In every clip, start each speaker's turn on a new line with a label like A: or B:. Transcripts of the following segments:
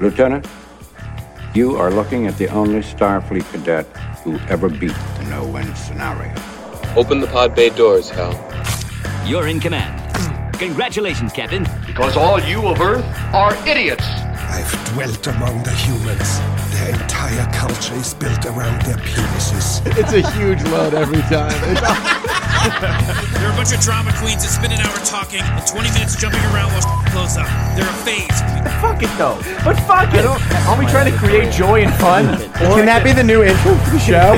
A: Lieutenant, you are looking at the only Starfleet cadet who ever beat the no win scenario.
B: Open the pod bay doors, Hal.
C: You're in command. Congratulations, Captain.
D: Because all you of Earth are idiots.
E: Uh,
F: I've dwelt among the humans. Their entire culture is built around their penises.
E: It's a huge load every time.
G: There are a bunch of drama queens that spend an hour talking and 20 minutes jumping around while blows up. They're a phase.
H: Fuck it though. But fuck it. Are we trying to create joy and fun?
I: Can that be the new intro for the show?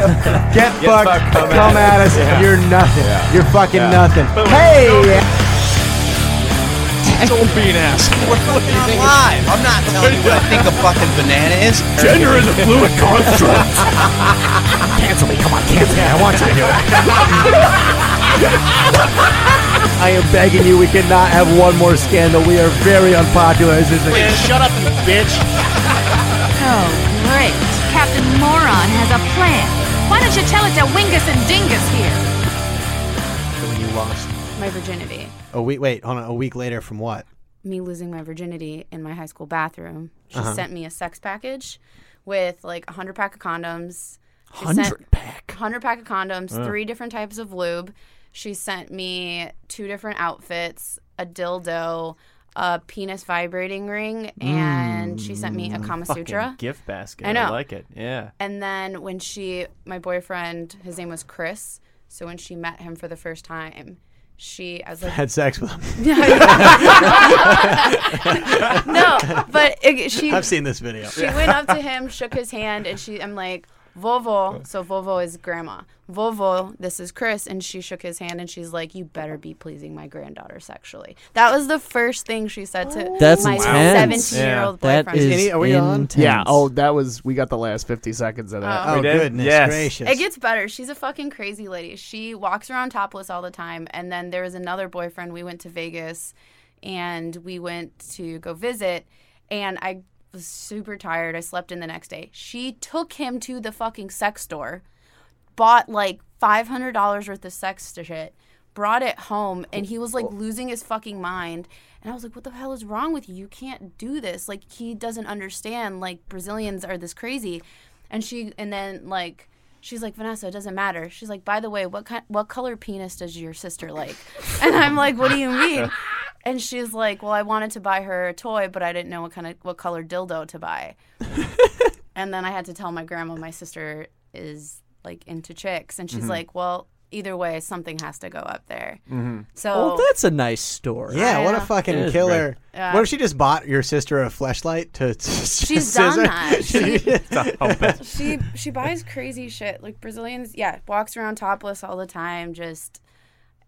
I: Get, fucked, come, at us. You're nothing. You're fucking nothing. hey!
G: Don't be an ass.
J: Live. I'm not telling you what I think a fucking banana is.
G: Gender is a fluid construct.
F: Cancel me, come on, cancel me. I want you to hear it.
I: I am begging you, we cannot have one more scandal. We are very unpopular as this is.
E: Shut up, you bitch.
K: Oh, great. Captain Moron has a plan. Why don't you tell it to Wingus and Dingus here?
H: when you lost.
K: My virginity.
I: Oh, wait, wait, hold on. A week later from what?
K: Me losing my virginity in my high school bathroom. She
H: Uh-huh.
K: sent me a sex package with like a 100 pack of condoms. She sent-
H: 100 pack.
K: 100 pack of condoms, three different types of lube. She sent me two different outfits, a dildo, a penis vibrating ring, and she sent me a Kama
H: Mm, Fucking
K: Sutra.
H: gift basket.
K: I know.
H: like it. Yeah.
K: And then when she, my boyfriend, his name was Chris. So when she met him for the first time, she, I was like,
I: Had sex with him.
K: no, but it, she,
I: I've seen this video.
K: she went up to him, shook his hand, and she, I'm like, Vovo. So Vovo is grandma. Vovo, this is Chris. And she shook his hand and she's like, You better be pleasing my granddaughter sexually. That was the first thing she said to
J: That's
K: my
J: intense.
K: 17 year old boyfriend.
J: That is
I: Any- are we on?
J: intense.
E: Yeah. Oh, that was. We got the last 50 seconds of that.
I: Oh,
J: did?
I: goodness
J: Yes.
I: gracious.
K: It gets better. She's a fucking crazy lady. She walks around topless all the time. And then there was another boyfriend. We went to Vegas and we went to go visit. And I was super tired. I slept in the next day. She took him to the fucking sex store, bought like $500 worth of sex shit, brought it home. And he was like losing his fucking mind. And I was like, what the hell is wrong with you? You can't do this. Like, he doesn't understand. Like, Brazilians are this crazy. And she, and then like, She's like, Vanessa, it doesn't matter. She's like, by the way, what kind, what color penis does your sister like? And I'm like, what do you mean? And she's like, well, I wanted to buy her a toy, but I didn't know what kind of what color dildo to buy. and then I had to tell my grandma my sister is like into chicks, and she's
J: Mm-hmm.
K: like, well, either way, something has to go up there. So
J: Mm-hmm. Well, that's a nice story.
I: yeah, what a
K: Yeah.
J: It
I: fucking
J: is
I: killer.
K: Yeah.
I: What if she just bought your sister a fleshlight to?
K: she's done
I: scissor?
K: that. She-
I: I'll bet.
K: she she buys crazy shit like brazilians yeah walks around topless all the time just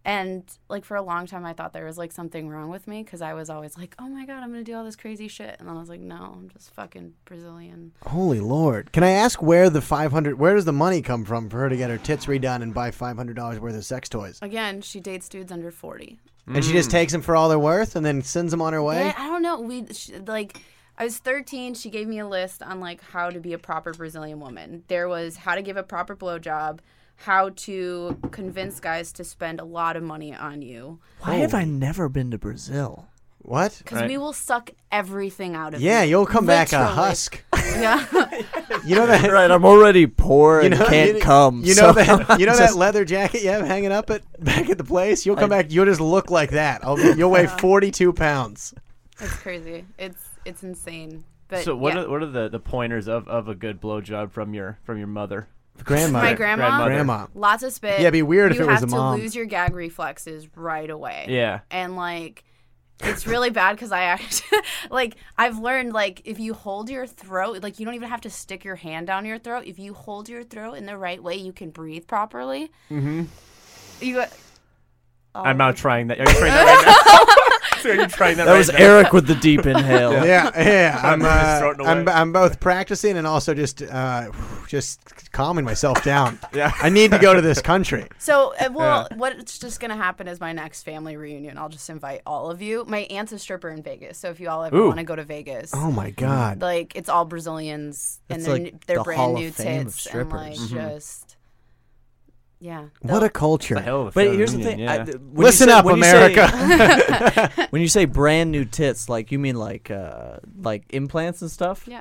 K: and like for a long time i thought there was like something wrong with me because i was always like oh my god i'm gonna do all this crazy shit and then i was like no i'm just fucking brazilian
I: Holy lord! Can I ask where the five hundred? Where does the money come from for her to get her tits redone and buy five hundred dollars worth of sex toys?
K: again she dates dudes under 40
I: And she just takes them for all they're worth and then sends them on her way.
K: Yeah, I don't know. We sh like I was 13. She gave me a list on like how to be a proper Brazilian woman. There was how to give a proper blowjob, how to convince guys to spend a lot of money on you
J: Why have I never been to Brazil?
I: What?
K: because we will suck everything out of you.
I: Yeah, you'll come back a
K: Literally.
I: husk.
K: Yeah.
I: You know that.
J: Right, I'm already poor and can't
I: you-
J: come.
I: You
J: so
I: know that. You know
J: just-
I: that leather jacket you have hanging up at back at the place. You'll come back. You'll just look like that. I'll, you'll weigh forty-two pounds.
K: It's crazy. It's it's insane. But
L: So what
K: yeah.
L: are what are the, the pointers of, of a good blowjob from your from your mother?
I: Grandmother.
K: my grandma,
L: grandmother.
I: Grandma.
K: lots of spit.
I: Yeah, it'd be weird if
K: you
I: it was
K: have
I: a
K: to
I: mom.
K: lose your gag reflexes right away.
L: Yeah.
K: and like it's really bad because I act like I've learned like if you hold your throat, like you don't even have to stick your hand down your throat. If you hold your throat in the right way, you can breathe properly. Mm-hmm. You.
L: I'm not trying that. Are you trying that right now? so are you trying that,
J: That
L: right
J: was
L: now?
J: Eric with the deep inhale.
I: Yeah, yeah. I'm, uh,
L: just throwing it
I: I'm,
L: away.
I: I'm both practicing and also just, uh, just calming myself down. yeah. I need to go to this country.
K: So, uh, well, what's just going to happen is my next family reunion. I'll just invite all of you. My aunt's a stripper in Vegas. So, if you all ever
L: Ooh.
K: want to go to Vegas,
I: Oh my
J: Mm.
I: god.
K: like it's all Brazilians and
J: That's
K: they're,
J: like
K: they're
J: the
K: brand
J: Hall
K: new
J: of Fame of
K: tits and like
J: strippers.
K: just Yeah.
M: What a culture!
L: hell of a
M: but
L: family
M: here's the
L: reunion,
M: thing.
L: yeah.
M: I, th- when
I: Listen
M: you say,
I: up,
M: when you say-
I: America.
M: when you say brand new tits, like you mean like uh, like implants and stuff.
K: Yeah.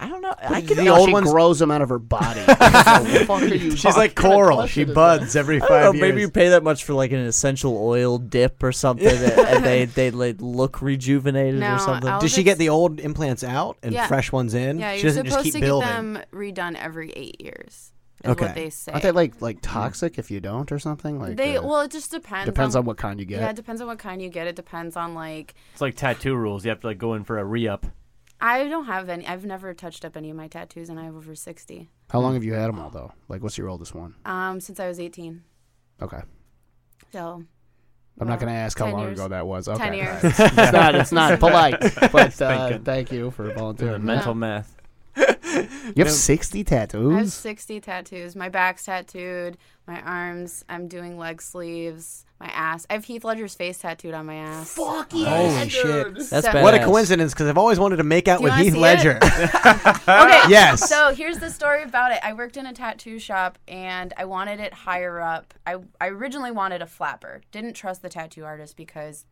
M: I don't know. I
N: The
M: could
N: old one grows them out of her body.
M: She's like coral. She buds every
N: five
M: Maybe
N: years.
M: you pay that much for like an essential oil dip or something, and, and they they like, look rejuvenated
K: No,
M: or something.
K: I'll
M: Does
K: Does
M: she
K: she
M: get
I: Get the old implants out and
K: Yeah.
I: fresh ones in.
K: Yeah,
I: she
K: you're
I: doesn't
K: supposed
I: just keep
K: to
I: building.
K: get them redone every eight years. Is
N: Okay.
K: what they say.
N: Aren't they like like toxic if you don't or something? Like
K: they
N: uh,
K: well, it just depends.
N: depends on what kind you get.
K: Yeah, it depends on what kind you get. It depends on like
L: It's like tattoo rules. You have to like go in for a re-up.
K: I don't have any. I've never touched up any of my tattoos, and I have over sixty.
N: How long have you had them all though? Like what's your oldest one?
K: Um, since I was eighteen.
N: Okay.
K: So.
N: I'm not going to ask how
K: 10
N: long
K: years.
N: ago that was.
K: 10
N: Okay. all right.
K: years.
N: it's not it's not polite, but
L: Thank
N: uh,
L: you.
N: thank you for volunteering.
L: mental math.
N: You have 60 tattoos.
K: I have 60 tattoos. My back's tattooed, my arms, I'm doing leg sleeves, my ass. I have Heath Ledger's face tattooed on my ass. Fuck
I: Holy shit!
K: That's
I: what a
K: badass.
I: coincidence because I've always wanted to make out
K: Do you
I: with
K: wanna
I: Heath
K: see it?
I: Ledger.
K: okay.
I: Yes.
K: So here's the story about it. I worked in a tattoo shop and I wanted it higher up. I, I originally wanted a flapper. Didn't trust the tattoo artist because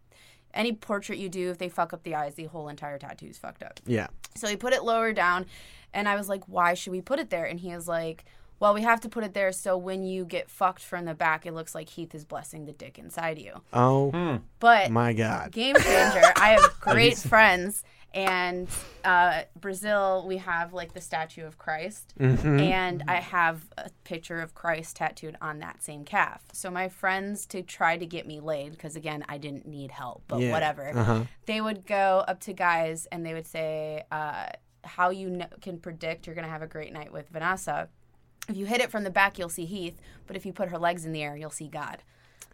K: any portrait you do, if they fuck up the eyes, the whole entire tattoo's fucked up.
I: Yeah.
K: So he put it lower down, and I was like, "Why should we put it there?" And he is like, "Well, we have to put it there so when you get fucked from the back, it looks like Heath is blessing the dick inside you."
I: Oh,
K: But
I: my God!
K: Game changer. I have great friends. And uh, Brazil, we have like the statue of Christ,
O: Mhm.
K: and I have a picture of Christ tattooed on that same calf. So my friends to try to get me laid, because again, I didn't need help, but
O: Yeah.
K: whatever.
O: Uh-huh.
K: They would go up to guys and they would say, uh, "How you kn- can predict you're gonna have a great night with Vanessa? If you hit it from the back, you'll see Heath, but if you put her legs in the air, you'll see God."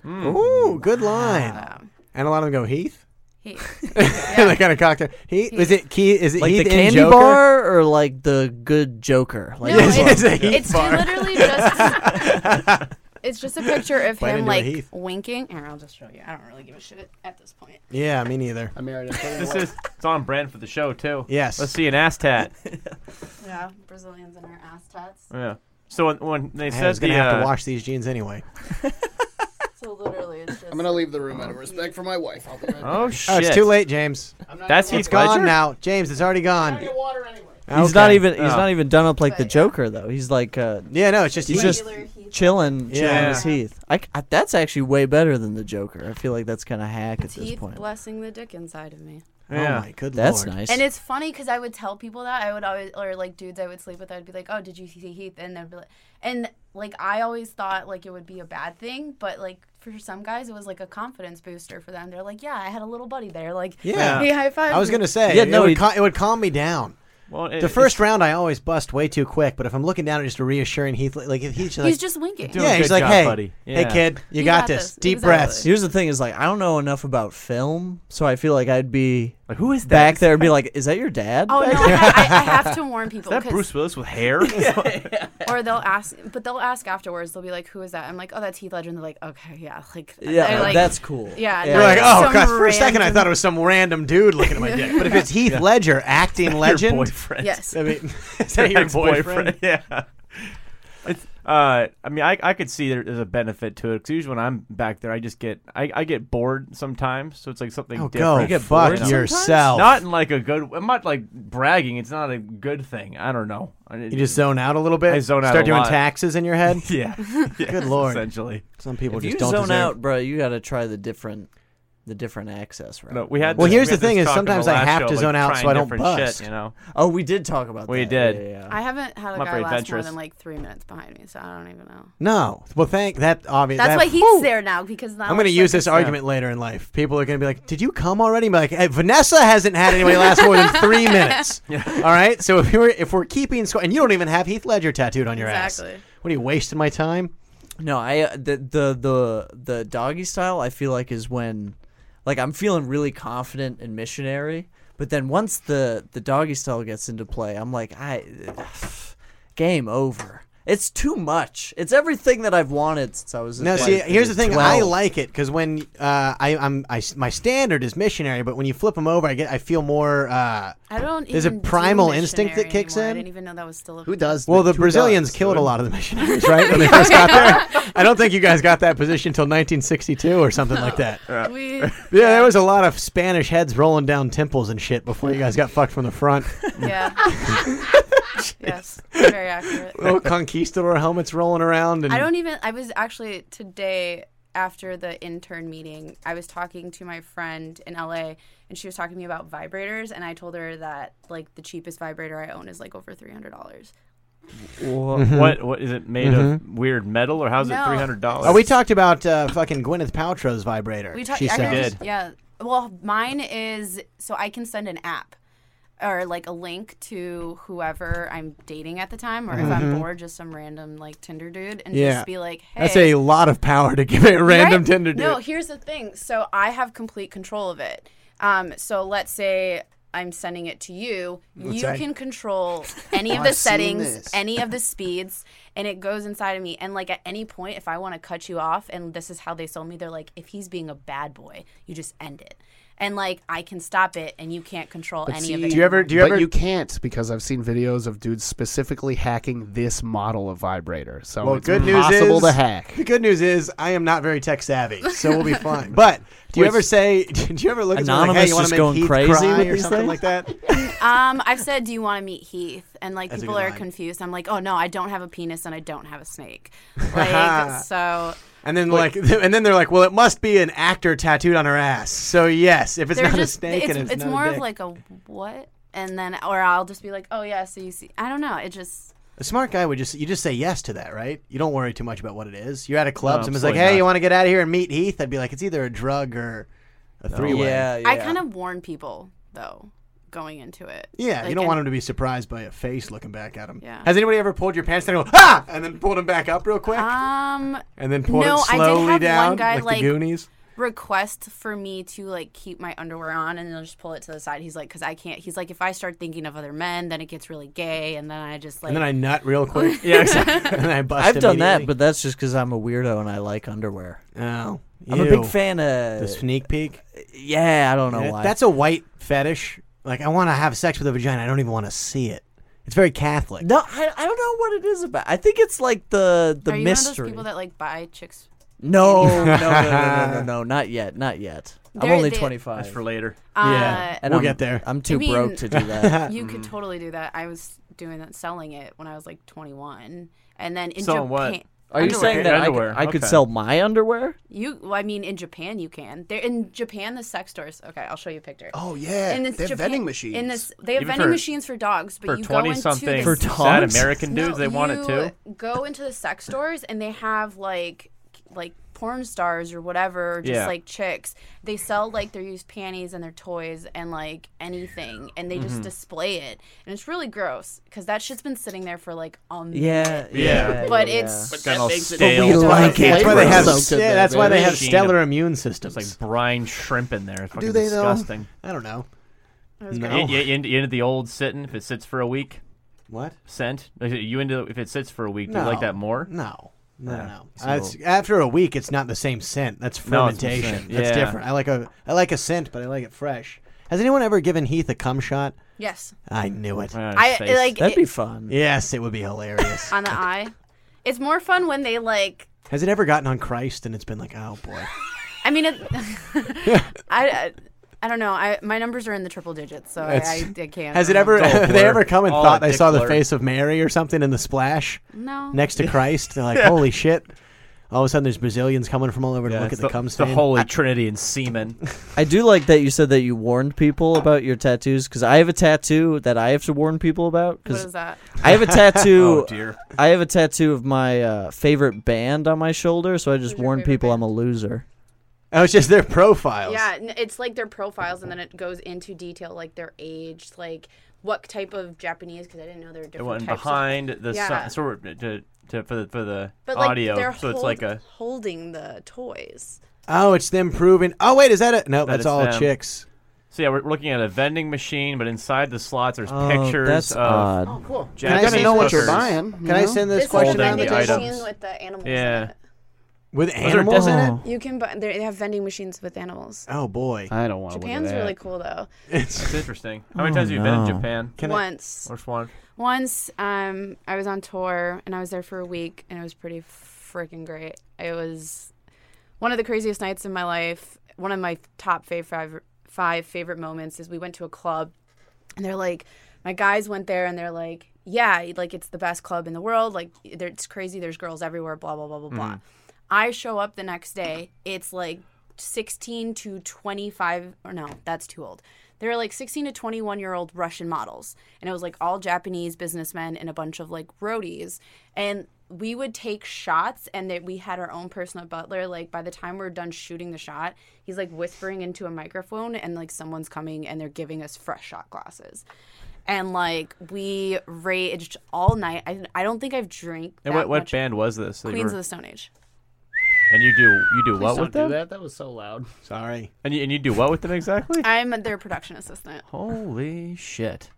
I: Ooh, good line.
K: Ah.
I: And a lot of them go Heath.
K: Heath.
I: that kind of cocktail. Heath. Is it key? Is it
M: like
I: Heath
M: the
I: in
M: candy
I: Joker?
M: bar or like the good Joker? Like
K: No,
M: this one?
K: it's, it's literally just it's just a picture of
I: Bite
K: him
I: into a
K: like
I: heath.
K: winking. Here, I'll just show you. I don't really give a shit at this point.
I: Yeah, me neither.
N: I married
L: This is it's on brand for the show too.
I: Yes.
L: Let's see an ass tat.
K: Yeah, Brazilians and their ass tats.
L: yeah. So when, when they
I: I
L: said
I: was gonna
L: the,
I: have
L: uh,
I: to wash these jeans anyway.
K: So literally, it's just.
N: I'm going to leave the room out of respect for my wife. I'll be right back.
I: Oh, it's too late, James.
L: That's
I: It's
L: Heath
I: gone
L: Ledger?
I: now, James. It's already gone.
M: He's
I: Okay.
M: not even. He's
I: Oh.
M: not even done up like the Joker though. He's like. Uh,
I: yeah, no, it's just
M: he's
I: Heath.
M: just chilling, chilling
I: Yeah.
M: his Heath. I c I that's actually way better than the Joker. I feel like that's kind of hack at this
K: Teeth
M: point.
K: blessing the dick inside of me.
M: Yeah.
I: Oh my good
M: That's
I: lord.
M: nice.
K: And it's funny because I would tell people that I would always, or like dudes I would sleep with, I would be like, "Oh, did you see Heath?" And they'd be like, and like I always thought like it would be a bad thing, but like for some guys it was like a confidence booster for them. They're like, "Yeah, I had a little buddy there." Like,
I: Yeah.
K: he high five.
I: I was gonna say.
M: Yeah,
I: it,
M: no,
I: would
M: he-
I: cal- it would calm me down.
L: Well, it-
I: the first round, I always bust way too quick. But if I'm looking down at just a reassuring Heath, like if he's just
K: He's
I: like,
K: just winking. Doing
I: Yeah,
K: a
I: he's
K: good
I: like,
M: job,
I: hey,
M: buddy.
I: hey,
M: Yeah.
I: kid, you, got, this. Deep breaths.
M: Here's the thing: is like I don't know enough about film, so I feel like I'd be like,
L: who is
M: back there and be like, is that your dad?
K: Oh no,
M: back
K: I,
M: there?"
K: I, I have to warn people.
L: Is that
K: 'cause-
L: Bruce Willis with hair?
K: Or they'll ask, but they'll ask afterwards. They'll be like, "Who is that?" I'm like, "Oh, that's Heath Ledger." And they're like, "Okay, yeah, like,
I: Yeah,
K: they're like-
I: that's cool.
K: Yeah,
I: You're
K: not
I: like, oh
K: some
I: god. For a second, I
K: random-
I: thought it was some random dude looking at my dick. But if it's Heath Ledger, acting
L: Your
I: legend,
L: boyfriend.
K: Yes.
I: I mean, is that your boyfriend?
L: yeah. It's, uh, I mean, I, I could see there- there's a benefit to it because usually when I'm back there, I just get I, I get bored sometimes. So it's like something
I: Oh,
L: different.
I: go You get fuck bored sometimes? yourself.
L: Not in like a good. I'm not like bragging. It's not a good thing. I don't know. I,
I: You just zone out a little bit.
L: I zone out.
I: Start
L: a
I: doing
L: lot.
I: taxes in your head.
L: yeah.
I: Good lord.
L: Essentially,
I: some people
M: if
I: just
M: you
I: don't
M: zone
I: deserve-
M: out, bro, you got to try the different, the different access. Right?
L: No, we had
I: Well,
L: this-
I: here's
L: we had
I: the thing
L: this
I: is
L: talk on
I: sometimes
L: the
I: I
L: last
I: have
L: show,
I: to
L: like,
I: zone out so
L: trying
I: I don't
L: different
I: bust.
L: Shit, you know.
M: Oh, we did talk about
L: We
M: that.
L: did.
M: Yeah, yeah, yeah.
K: I haven't had a
L: I'm not
K: guy
L: very
K: last more
L: adventurous.
K: than like three minutes behind me, so I don't even know.
I: No. Well, thank that. Obviously,
K: That's why he's there now because now
I: I'm going to
K: it's
I: use
K: like-
I: this argument later in life. People are going to be like, "Did you come already?" And be like, hey, Vanessa hasn't had anybody last more than three minutes. All right. So if we're if we're keeping score, and you don't even have Heath Ledger tattooed on your ass,
M: Exactly.
I: what are you wasting my time?
M: No, I uh, the the the the doggy style I feel like is when like I'm feeling really confident and missionary, but then once the the doggy style gets into play, I'm like I game over. It's too much. It's everything that I've wanted since I was.
I: No,
M: like,
I: see, here's the thing.
M: 12.
I: I like it because when uh, I, I'm, I, s- my standard is missionary, but when you flip them over, I get, I feel more. Uh,
K: I don't.
I: There's a
K: even do
I: primal instinct that
K: missionary
I: kicks
K: anymore. I
I: in?
K: didn't even know that was still a
E: Who does?
I: Well, the
E: Who
I: Brazilians
E: does,
I: killed
E: dude?
I: a lot of the missionaries, right? When they first got there, I don't think you guys got that position until 1962 or something like that.
L: Yeah.
K: We-
I: yeah, there was a lot of Spanish heads rolling down temples and shit before you guys got fucked from the front.
K: Yeah. yes. Very accurate.
I: Little Oh, conquistador helmets rolling around, and
K: I don't even. I was actually today after the intern meeting. I was talking to my friend in LA, and she was talking to me about vibrators, and I told her that like the cheapest vibrator I own is like over three hundred dollars.
I: Mhm.
L: What what is it made of?
I: Mhm.
L: Weird metal or how's
K: No.
L: it three hundred dollars?
I: Oh, we talked about uh, fucking Gwyneth Paltrow's vibrator.
K: We talked.
I: she said.
K: Yeah. Well, mine is so I can send an app or like a link to whoever I'm dating at the time, or if I'm
I: Mhm.
K: bored, just some random like Tinder dude, and
I: Yeah.
K: just be like, "Hey."
I: That's a lot of power to give a random
K: Right?
I: Tinder dude.
K: No, here's the thing. So I have complete control of it. Um, so let's say I'm sending it to you.
I: Let's
K: you
I: say.
K: can control any of
I: I've
K: the
I: seen
K: settings,
I: this.
K: any of the speeds, and it goes inside of me. And like at any point, if I want to cut you off, and this is how they sold me, they're like, if he's being a bad boy, you just end it. And like I can stop it, and you can't control any of it.
E: See,
K: anymore.
E: but you can't because I've seen videos of dudes specifically hacking this model of vibrator. So
I: well,
E: it's
I: good news
E: possible
I: is
E: to hack.
I: The good news is I am not very tech savvy, so we'll be fine. But do you
E: Wait,
I: ever say? Do you ever look at someone
M: Anonymous
I: like, hey, you want
M: is
I: to make
M: going
I: Heath
M: crazy
I: cry
M: with
I: or
M: these
I: something
M: things?
I: like that?
K: um, I've said, "Do you want to meet Heath?" And like
I: That's a
K: people
I: good
K: are
I: line.
K: confused. I'm like, "Oh no, I don't have a penis and I don't have a snake." Like so.
I: And then like, and then they're like, well, it must be an actor tattooed on her ass. So yes, if it's
K: They're
I: not
K: just-
I: a snake,
K: it's,
I: and it's,
K: it's
I: not
K: more
I: a
K: of
I: dick.
K: like a what, and then or I'll just be like, oh yeah, so you see, I don't know. It just
I: a smart guy would just you just say yes to that, right? You don't worry too much about what it is. You're at a club,
L: No,
I: someone's like,
L: absolutely
I: hey,
L: not.
I: you want to get out of here and meet Heath? I'd be like, it's either a drug or a three way.
K: I kind of warn people though going into it.
I: Yeah,
K: Like,
I: you don't
K: and-
I: want him to be surprised by a face looking back at him.
K: Yeah.
I: Has anybody ever pulled your pants down and go, ah, and then pulled him back up real quick?
K: Um,
I: and then pulled
K: no,
I: it
K: I did
I: slowly
K: have
I: down
K: one guy,
I: like,
K: like-
I: the Goonies?
K: request for me to like keep my underwear on and then I'll just pull it to the side. He's like, because I can't. He's like, if I start thinking of other men, then it gets really gay, and then I just like.
I: and then I nut real quick. yeah, and then I bust
M: I've done that,
I: immediately.
M: but that's just because I'm a weirdo and I like underwear.
I: Oh,
M: I'm a big
I: ew.
M: fan of
I: The sneak peek?
M: Yeah, I don't know
I: Yeah,
M: why.
I: That's a white fetish. Like, I want to have sex with a vagina. I don't even want to see it. It's very Catholic.
M: no. I, I don't know what it is about. I think it's like the the
K: are you one of
M: mystery.
K: those people that like buy chicks?
M: no, no, no, no, no, no, no, not yet, not yet. I'm
K: They're-
M: only
K: they-
M: 25.
L: That's for later.
K: Yeah, Uh,
M: and
I: we'll
M: I'm-
I: get there.
M: I'm
K: I
M: too
K: mean,
M: broke to do that.
K: You could totally do that. I was doing that, selling it when I was like 21, and then in
L: Selling
K: Japan.
L: what?
M: Are you
K: Underwear.
M: saying that I could,
L: Underwear,
M: I could
L: okay.
M: sell my underwear?
K: You, well, I mean, in Japan you can. They're in Japan the sex stores. Okay, I'll show you a picture.
N: Oh, yeah.
K: in this
N: They have
K: Japan-
N: vending machines.
K: In this, they have
L: Even
K: vending
L: for-
K: machines for dogs, but
L: for
K: you go
L: 20
K: into
L: something
K: the,
L: For sad dogs? American dudes,
K: No,
L: they want it
K: you
L: too?
K: Go into the sex stores and they have like, like porn stars or whatever, or just
L: Yeah.
K: like chicks. They sell like their used panties and their toys and like anything, and they just
L: Mhm.
K: display it, and it's really gross because that shit's been sitting there for like a minute.
M: Yeah, yeah,
K: but
M: yeah.
K: it's
M: But
L: Got all
I: But
L: stale.
I: we like it. That's why they have,
L: Soaked in
I: yeah,
L: there,
I: that's why
L: baby.
I: they have
L: Machine
I: stellar
L: of-
I: immune systems.
L: It's like brine shrimp in there. It's fucking
I: they, though?
L: disgusting.
I: I don't know.
L: You, you, you into- you into the old sitting if it sits for a week?
I: What?
L: Scent? Like, You into if it sits for a week? Do you like
I: No.
L: that more?
I: No. No,
L: Yeah.
I: no.
L: So-
I: Uh, it's- after a week, it's not the same scent. That's
L: No, it's the
I: fermentation.
L: scent.
I: That's
L: Yeah.
I: different. I like a I like a scent, but I like it fresh. Has anyone ever given Heath a cum shot?
K: Yes.
I: I knew it.
K: I- face. like, That'd it- be
M: fun.
I: Yes, it would be hilarious.
K: on the eye. It's more fun when they like.
I: Has it ever gotten on Christ and it's been like, oh boy?
K: I mean, it, I, I I don't know. I my numbers are in the triple digits, so I,
I: That's-
K: I, I can't.
I: Has it
K: uh,
I: ever?
L: It's all a
I: they
L: blur.
I: ever come and
L: All
I: thought
L: a
I: they
L: dick
I: saw the
L: blur.
I: face of Mary or something in the splash?
K: No.
I: Next to Christ, they're like,
L: Yeah.
I: holy shit! All of a sudden, there's Brazilians coming from all over to
L: Yeah,
I: look
L: it's
I: at the, cum
L: it's the
I: stain.
L: Holy Trinity and semen.
M: I do like that you said that you warned people about your tattoos because I have a tattoo that I have to warn people about. 'cause
K: What is that?
M: I have a tattoo.
L: Oh, dear.
M: I have a tattoo of my uh, favorite band on my shoulder, so I just warn people I'm a loser.
I: Oh, it's just their profiles.
K: Yeah, n- it's like their profiles, and then it goes into detail, like their age, like what type of Japanese, because I didn't know there were
L: It
K: different
L: went
K: types.
L: behind
K: of,
L: the
K: yeah.
L: yeah. sort to, to for the for the
K: but like
L: audio.
K: they're
L: so it's like
K: hold-
L: a
K: holding the toys.
I: Oh, it's them proving. Oh, wait, is that it? No, that's
L: it's
I: all
L: them.
I: chicks.
L: So yeah, we're we're looking at a vending machine, but inside the slots there's
I: Oh,
L: pictures
I: that's
L: of
I: odd. Oh,
E: cool.
L: Jack
I: Can I
L: Daniels
I: know what you're
L: hookers.
I: buying, Can you I know? send this This question
L: Holding
K: on the table?
L: items.
K: Machine with the animals in
L: Yeah.
I: With
L: Was there animals in it?
K: You can buy. They have vending machines with animals.
I: Oh boy.
E: I don't want
K: Japan's really cool though.
L: It's interesting. How
I: Oh,
L: many times have you been in Japan?
K: once.
L: Which one?
K: Once, um, I was on tour and I was there for a week and it was pretty freaking great. It was one of the craziest nights of my life. One of my top fav- five five favorite moments is we went to a club and they're like, my guys went there and they're like, yeah, like it's the best club in the world. Like there- it's crazy. There's girls everywhere. Blah blah blah blah blah.
O: Mhm.
K: I show up the next day. It's like 16 to 25, or no, that's too old. They were like 16 to 21 year old Russian models. And it was like all Japanese businessmen and a bunch of like roadies. And we would take shots and that we had our own personal butler. Like by the time we are done shooting the shot, he's like whispering into a microphone and like someone's coming and they're giving us fresh shot glasses. And like we raged all night. I, I don't think I've drank.
L: And
K: that
L: what, what
K: much-
L: band was this? that you
K: Queens
L: were-
K: of the Stone Age.
L: And you do you do
E: Please
L: what
E: don't
L: with
E: do
L: them?
E: that. That was so loud.
I: Sorry.
L: And you, and you do what with them exactly?
K: I'm their production assistant.
L: Holy shit!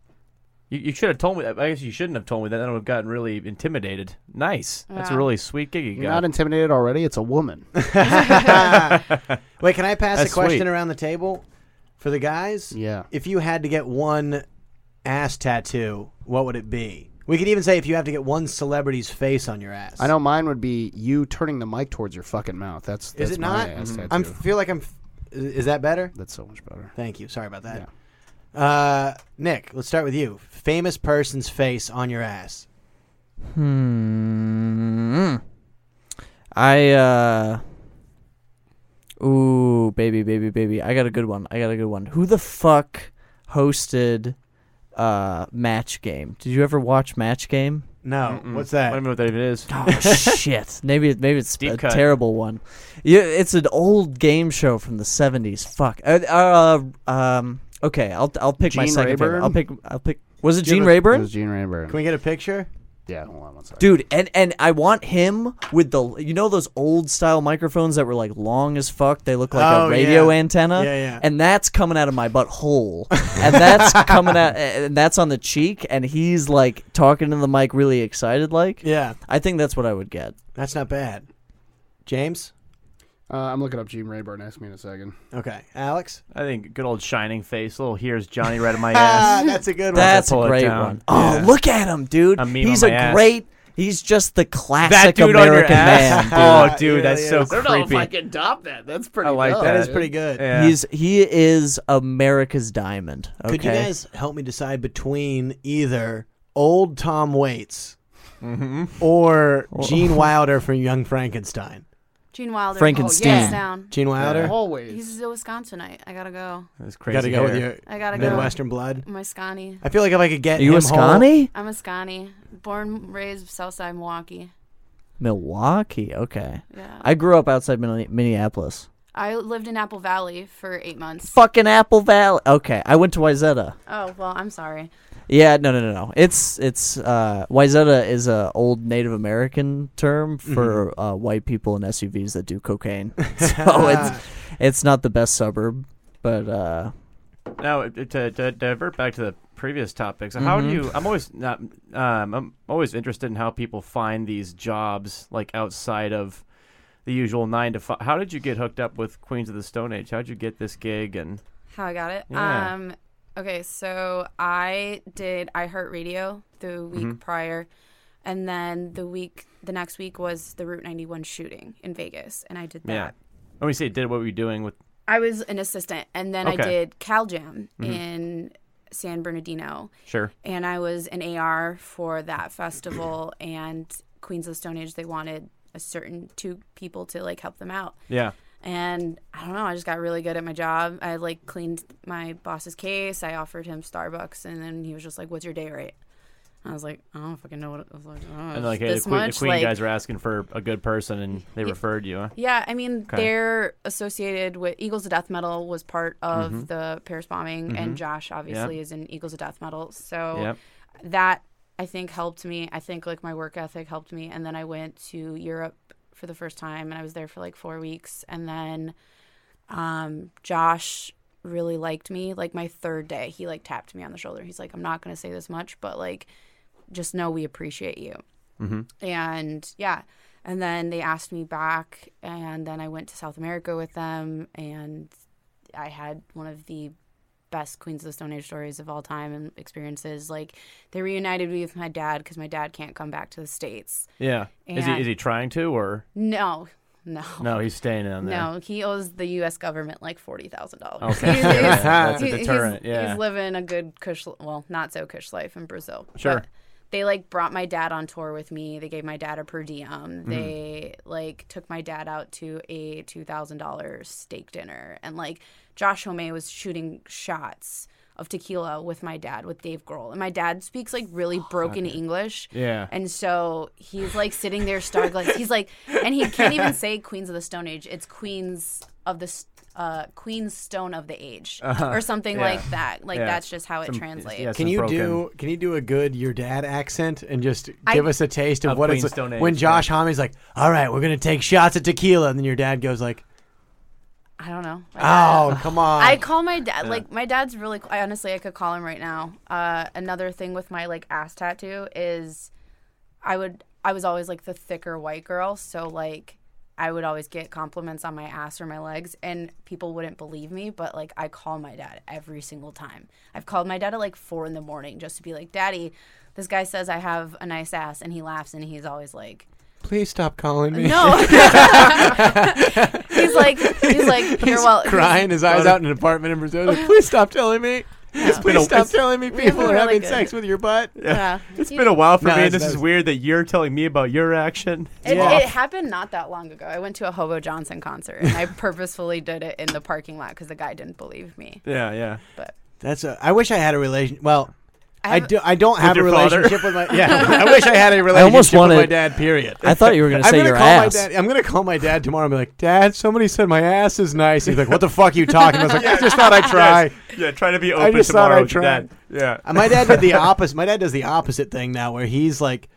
L: You, you should have told me. that. I guess you shouldn't have told me that. Then I would have gotten really intimidated. Nice. That's a
K: Yeah.
L: really sweet gig you
E: You're
L: got.
E: not intimidated already. It's a woman.
I: Wait, can I pass
E: That's
I: a question
E: sweet.
I: around the table for the guys?
E: Yeah.
I: If you had to get one ass tattoo, what would it be? We could even say if you have to get one celebrity's face on your ass.
E: I know mine would be you turning the mic towards your fucking mouth. That's, that's
I: Is it
E: my
I: not?
E: ass
I: Mhm.
E: tattoo.
I: I'm feel like I'm. f- Is is that better?
E: That's so much better.
I: Thank you. Sorry about that. Uh, Nick, let's start with you. Famous person's face on your ass.
M: Hmm. I uh. Ooh, baby, baby, baby. I got a good one. I got a good one. Who the fuck hosted uh Match Game? Did you ever watch Match Game?
I: No.
L: Mm-mm.
I: What's that?
L: I don't know what that even is.
M: Oh shit! Maybe it, maybe it's
L: Deep
M: a
L: cut.
M: terrible one. Yeah, it's an old game show from the seventies. Fuck. Uh, uh, um. Okay, I'll I'll pick my
E: Gene
M: second. favorite.
E: Rayburn?
M: I'll pick. I'll pick. Was it
E: Do you
M: Gene
E: have a-
M: Rayburn?
E: It was Gene Rayburn.
I: Can we get a picture?
E: Yeah, hold on one second.
M: Dude, and and I want him with the you know those old style microphones that were like long as fuck. They look like
I: Oh,
M: a radio
I: yeah.
M: antenna.
I: Yeah, yeah.
M: And that's coming out of my butthole, and that's coming out, and that's on the cheek, and he's like talking to the mic, really excited, like.
I: Yeah.
M: I think that's what I would get.
I: That's not bad. James.
E: Uh, I'm looking up Gene Rayburn. Ask me in a second.
I: Okay, Alex.
L: I think good old shining face. Little here's Johnny right in my ass.
I: That's a good one.
M: That's a
L: Pull it
M: great
L: down.
M: one. Oh,
L: Yeah.
M: look at him, dude.
L: A meme
M: he's
L: on
M: a
L: my ass.
M: great. He's just the classic
L: That dude on your
M: American
L: ass?
M: man. Dude.
L: Oh, dude, that's so
E: I don't know if I
L: creepy.
E: can top that. That's pretty.
L: I like
E: dope,
L: that.
I: That is
E: dude.
I: pretty good.
L: Yeah.
M: He's he is America's diamond. Okay.
I: Could you guys help me decide between either old Tom Waits or Gene Wilder from Young Frankenstein?
K: Gene Wilder.
I: Frankenstein.
K: Oh, yeah. Down.
I: Gene Wilder?
E: Always.
K: He's a Wisconsinite. I gotta go.
L: That's
I: You
L: crazy.
I: gotta go with
L: hair.
I: your
K: I gotta go.
I: Midwestern blood.
K: My Scotty.
I: I feel like if I could get
M: Are you a
I: him whole-
M: Scotty?
K: I'm a Scotty. Born, raised, Southside Milwaukee.
M: Milwaukee. Okay.
K: Yeah.
M: I grew up outside Minne- Minneapolis.
K: I lived in Apple Valley for eight months.
M: Fucking Apple Valley. Okay. I went to Wyzetta.
K: Oh well, I'm sorry.
M: Yeah. No. No. No. No. It's it's uh, Wyzetta is a old Native American term for uh, white people in SUVs that do cocaine.
I: Uh,
M: so it's it's not the best suburb, but uh,
L: Now uh, to, to divert back to the previous topics, how do
M: Mhm.
L: you? I'm always not. Um, I'm always interested in how people find these jobs like outside of the usual nine to five. How did you get hooked up with Queens of the Stone Age? How'd you get this gig? And
K: How I got it.
L: Yeah.
K: Um okay, so I did I Heart Radio the week
L: Mhm.
K: prior and then the week the next week was the Route 91 shooting in Vegas and I did that.
L: yeah, when we say did, what were you doing with?
K: I was an assistant and then
L: Okay.
K: I did Cal Jam
L: Mhm.
K: in San Bernardino.
L: Sure.
K: And I was an AR for that festival and Queens of the Stone Age they wanted a certain two people to like help them out.
L: Yeah.
K: And I don't know, I just got really good at my job. I like cleaned my boss's case. I offered him Starbucks, and then he was just like, "What's your day rate?" I was like, "I don't fucking know what." It I was like, oh,
L: And like, hey, the
K: this
L: Queen,
K: much.
L: the queen
K: like,
L: guys were asking for a good person, and they referred you. Huh?
K: yeah, I mean,
L: Okay.
K: they're associated with Eagles of Death Metal was part of
L: Mhm.
K: the Paris bombing,
L: Mhm.
K: and Josh
L: Yeah.
K: obviously is in Eagles of Death Metal, so
L: Yep.
K: that I think helped me. I think like my work ethic helped me, and then I went to Europe for the first time, and I was there for like four weeks, and then um, Josh really liked me. Like my third day, he like tapped me on the shoulder. He's like, I'm not going to say this much, but like, just know we appreciate you.
O: Mm-hmm.
K: And yeah. And then they asked me back. And then I went to South America with them. And I had one of the best Queens of the Stone Age stories of all time and experiences. Like, they reunited me with my dad because my dad can't come back to the States.
L: Yeah. Is he
K: And-
L: is he trying to or
K: No, no.
L: no? He's staying on there.
K: No, he owes the U.S. government like forty thousand dollars.
L: Okay. Yeah, right. That's a deterrent,
K: He's,
L: yeah.
K: he's living a good cush, well, not so cush life in Brazil. but
L: Sure.
K: they like brought my dad on tour with me. They gave my dad a per diem.
I: Hmm.
K: They like took my dad out to a two thousand dollars steak dinner, and like Josh Homme was shooting shots of tequila with my dad with Dave Grohl, and my dad speaks like really broken English.
O: Yeah.
K: And so he's like sitting there starglazed. He's like, and he can't even say Queens of the Stone Age. It's Queens of the S- uh, Queen's Stone of the Age
I: Uh-huh.
K: or something
I: Yeah.
K: like that. Like
I: Yeah.
K: that's just how it
I: Some-
K: translates.
I: can you do can you do a good your dad accent and just
K: I-
I: give us a taste of,
L: Of
I: what it's
L: Queen's Stone Age,
I: when
L: yeah.
I: Josh Homme's like, "All right, we're gonna take shots at tequila," and then your dad goes like,
K: I don't know. Like,
I: "Oh, come on."
K: I call my dad
I: Yeah.
K: like my dad's really. I honestly, I could call him right now. Uh, another thing with my like ass tattoo is, I would I was always like the thicker white girl, so like I would always get compliments on my ass or my legs, and people wouldn't believe me. But like I call my dad every single time. I've called my dad at like four in the morning just to be like, Daddy, this guy says I have a nice ass, and he laughs, and he's always like.
I: Please stop calling me.
K: No. He's like- he's like, "You're
I: He's
K: wel-
I: crying his eyes out in an apartment in Brazil. He's like, Please stop telling me.
L: been a-
I: Please stop telling me
L: Yeah,
I: people are
L: really
I: having
L: good.
I: sex with your butt.
K: Yeah.
L: It's been a while for
I: No,
L: me.
I: it's
L: This
I: not-
L: is weird that you're telling me about your action.
K: It, it happened not that long ago. I went to a Hobo Johnson concert and I purposefully did it in the parking lot because the guy didn't believe me.
L: Yeah, yeah.
K: But
I: That's a. I wish I had a relation. Well,
K: I
I: I
K: have-
I: do. I don't
L: With
I: have a
L: your father?
I: relationship with my. Yeah, I wish I had a relationship
M: I almost
I: with my
M: wanted-
I: dad. Period.
M: I thought you were gonna
I: I'm
M: say
I: gonna
M: your
I: call
M: ass.
I: My dad, I'm gonna call my dad tomorrow and be like, Dad, somebody said my ass is nice. He's like, What the fuck are you talking? about? I was like, I just thought I'd try.
L: Yes. Yeah, try to be
I: I
L: open
I: just thought
L: tomorrow
I: I'd
L: with your
I: try.
L: dad. Yeah.
I: Uh, my dad did the opposite. My dad does the opposite thing now, where he's like,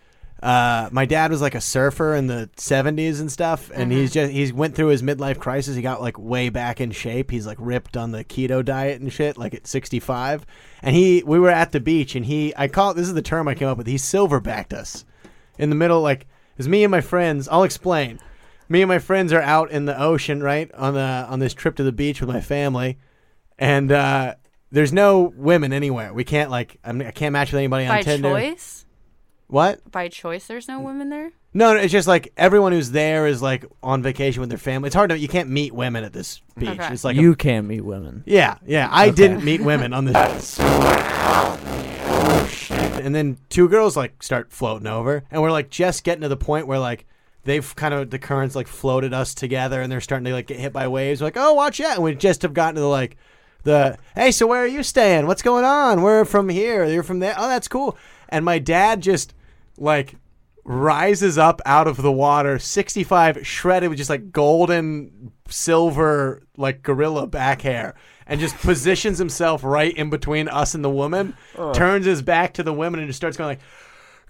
I: uh, my dad was like a surfer in the '70s and stuff, and he's just he's went through his midlife crisis. He got like way back in shape. He's like ripped on the keto diet and shit, like at 65. And he, we were at the beach, and he, I call it this is the term I came up with. He silverbacked us in the middle, like it was me and my friends. I'll explain. Me and my friends are out in the ocean, right on the on this trip to the beach with my family, and uh, there's no women anywhere. We can't like I'm, I can't match with anybody
K: by
I: on Tinder.
K: choice,
I: What?
K: by choice, there's no women there.
I: No, no, it's just like everyone who's there is like on vacation with their family. It's hard to you can't meet women at this beach.
K: Okay.
I: It's like a-
M: you can't meet women.
I: yeah, yeah. I
M: Okay.
I: didn't meet women on this. and then two girls like start floating over, and we're like just getting to the point where like they've kind of the currents like floated us together, and they're starting to like get hit by waves. We're like, oh, watch out! And we just have gotten to the like the hey, so where are you staying? What's going on? We're from here. You're from there. Oh, that's cool. And my dad just like rises up out of the water, 65 shredded with just like golden silver like gorilla back hair and just positions himself right in between us and the woman,
L: Ugh.
I: turns his back to the women and just starts going like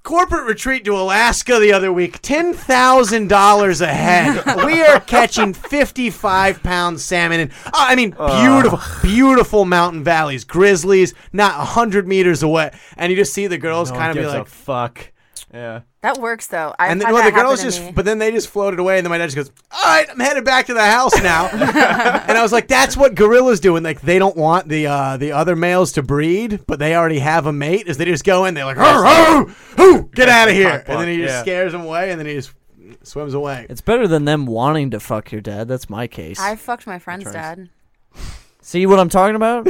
I: Corporate retreat to Alaska the other week, ten thousand dollars a head. we are catching fifty-five pound salmon, and I mean beautiful, beautiful mountain valleys, grizzlies, not hundred meters away. And you just see the girls
L: No one
I: kind of be
L: gives a
I: like,
L: "Fuck, yeah."
K: That works though. I've
I: and
K: had
I: then well,
K: that
I: the girls
K: happen to
I: just,
K: me.
I: but then they just floated away, and then my dad just goes, "All right, I'm headed back to the house now." and I was like, "That's what gorillas do, and like they don't want the uh, the other males to breed, but they already have a mate. Is they just go in, they're like, "Hoo, hoo, get out of here," and then he just scares them away, and then he just swims away.
M: It's better than them wanting to fuck your dad. That's my case.
K: I fucked my friend's dad.
M: See what I'm talking about?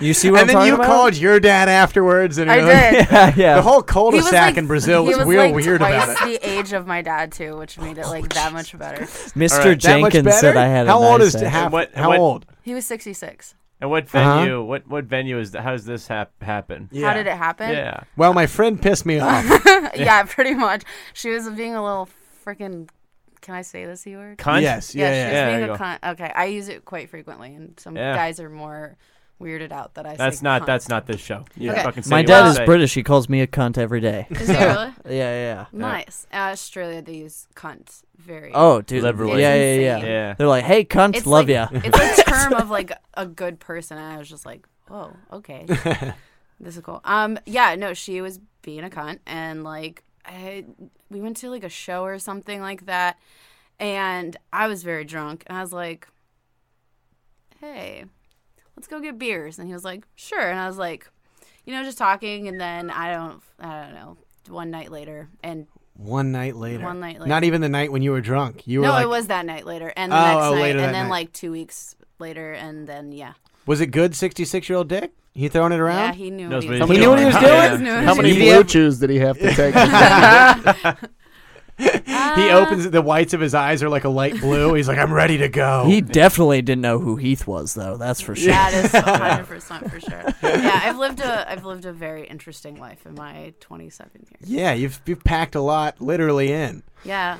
M: you see what
I: and
M: I'm
I: then
M: talking
I: you
M: about?
I: called your dad afterwards, and
K: I
I: you're like-
K: did.
M: Yeah, yeah.
I: The whole
K: He
I: cul-de-sac
K: was, like-
I: in Brazil
K: he
I: was,
K: was
I: real
K: like,
I: weird
K: twice
I: about it. Oh,
K: The age of my dad too, which made it like that much better.
M: Mr.
L: All right, that much
M: Jenkins said
L: better?
M: I had
L: How
M: a
L: old
M: nice
L: is
M: ass.
L: half- What- how what- old?
K: He was 66.
L: And what
I: Uh-huh.
L: venue? What what venue is that? How does this hap- happen?
K: How did it happen?
L: Yeah.
I: Well, my friend pissed me off.
K: yeah. pretty much. She was being a little freaking. Can I say this e word?
I: Cunt? Yes, yeah,
K: she
I: yeah.
K: was
I: Yeah,
K: being
I: there
K: a
I: you go.
K: cunt. Okay, I use it quite frequently, and some
I: Yeah.
K: guys are more weirded out that I.
L: That's
K: say
L: not.
K: cunt.
L: That's not this show. You
K: Okay.
L: fucking say
M: My
L: what
M: dad
L: you
M: is
L: say.
M: British. He calls me a cunt every day.
K: Is he really?
M: yeah, yeah, yeah.
K: Nice. Uh, Australia, they use cunt very.
M: Oh, dude.
L: Liberally.
M: Yeah, yeah, yeah,
L: Insane. Yeah.
M: They're like, hey, cunt,
K: It's
M: love
K: like,
M: ya.
K: It's a term of like a good person, and I was just like, whoa, okay, this is cool. Um, yeah, no, she was being a cunt, and like, I, we went to like a show or something like that, and I was very drunk, and I was like, hey, let's go get beers, and he was like, sure, and I was like, you know, just talking, and then I don't, I don't know, one night later, and
I: One night later.
K: One night
I: Not
K: later.
I: even the night when you were drunk. You were
K: no,
I: like,
K: it was that night later, and the
I: Oh,
K: next
I: oh,
K: night,
I: later that
K: and then
I: night.
K: like two weeks later, and then yeah.
I: was it good? Sixty-six year old dick. He throwing it around.
K: Yeah, he knew
E: Knows
K: what he
E: what
K: was
E: he
K: doing.
E: knew what he was doing?
K: knew
E: How
K: what
E: many
K: he was
E: blue
K: doing.
E: chews did he have to take?
I: he
K: Uh,
I: opens it, the whites of his eyes are like a light blue. He's like, I'm ready to go.
M: He definitely didn't know who Heath was, though. That's for sure.
K: That is 100 percent for sure. Yeah, I've lived a I've lived a very interesting life in my 27 years.
I: yeah, you've you've packed a lot literally in.
K: Yeah,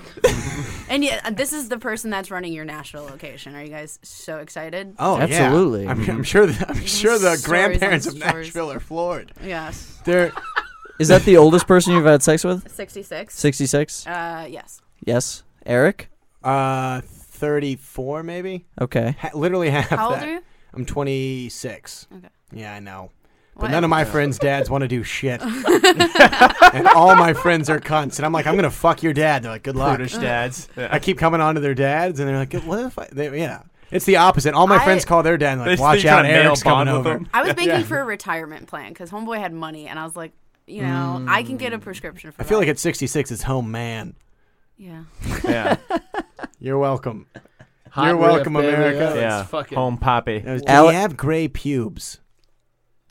K: and yeah, this is the person that's running your national location. Are you guys so excited?
I: Oh, yeah.
M: Absolutely.
I: I'm, I'm sure. The, I'm sure the
K: Stories on
I: grandparents of
K: stories.
I: Nashville are floored.
K: Yes.
I: They're
M: Is that the oldest person you've had sex with?
K: 66.
M: 66?
K: Uh, yes.
M: Yes. Eric?
I: uh, 34 maybe.
M: Okay.
I: Ha- literally half.
K: How old
I: that.
K: are you?
I: I'm 26.
K: Okay.
I: Yeah, I know. But
K: What?
I: none of my friends' dads want to do shit, and all my friends are cunts. And I'm like, I'm gonna fuck your dad. They're like, good luck.
L: British dads. Yeah.
I: I keep coming on to their dads, and they're like, what if I? They, yeah, it's the opposite. All my
K: I-
I: friends call their dad, and
L: They
I: like,
L: just
I: watch
L: think you're
I: out,
L: trying to male
I: Eric's coming
L: bond with
I: over.
L: them.
K: I was banking for a retirement plan because homeboy had money, and I was like, you know, I can
L: Mm.
K: get a prescription for
I: I feel
K: that.
I: like at 66, it's home man.
K: yeah.
L: Yeah.
I: You're welcome.
E: Hot
I: You're
E: riff,
I: welcome,
E: baby.
I: America.
E: Let's
L: Yeah.
E: fucking-
L: Home poppy.
I: Now, Did
L: Ale-
I: he have gray pubes?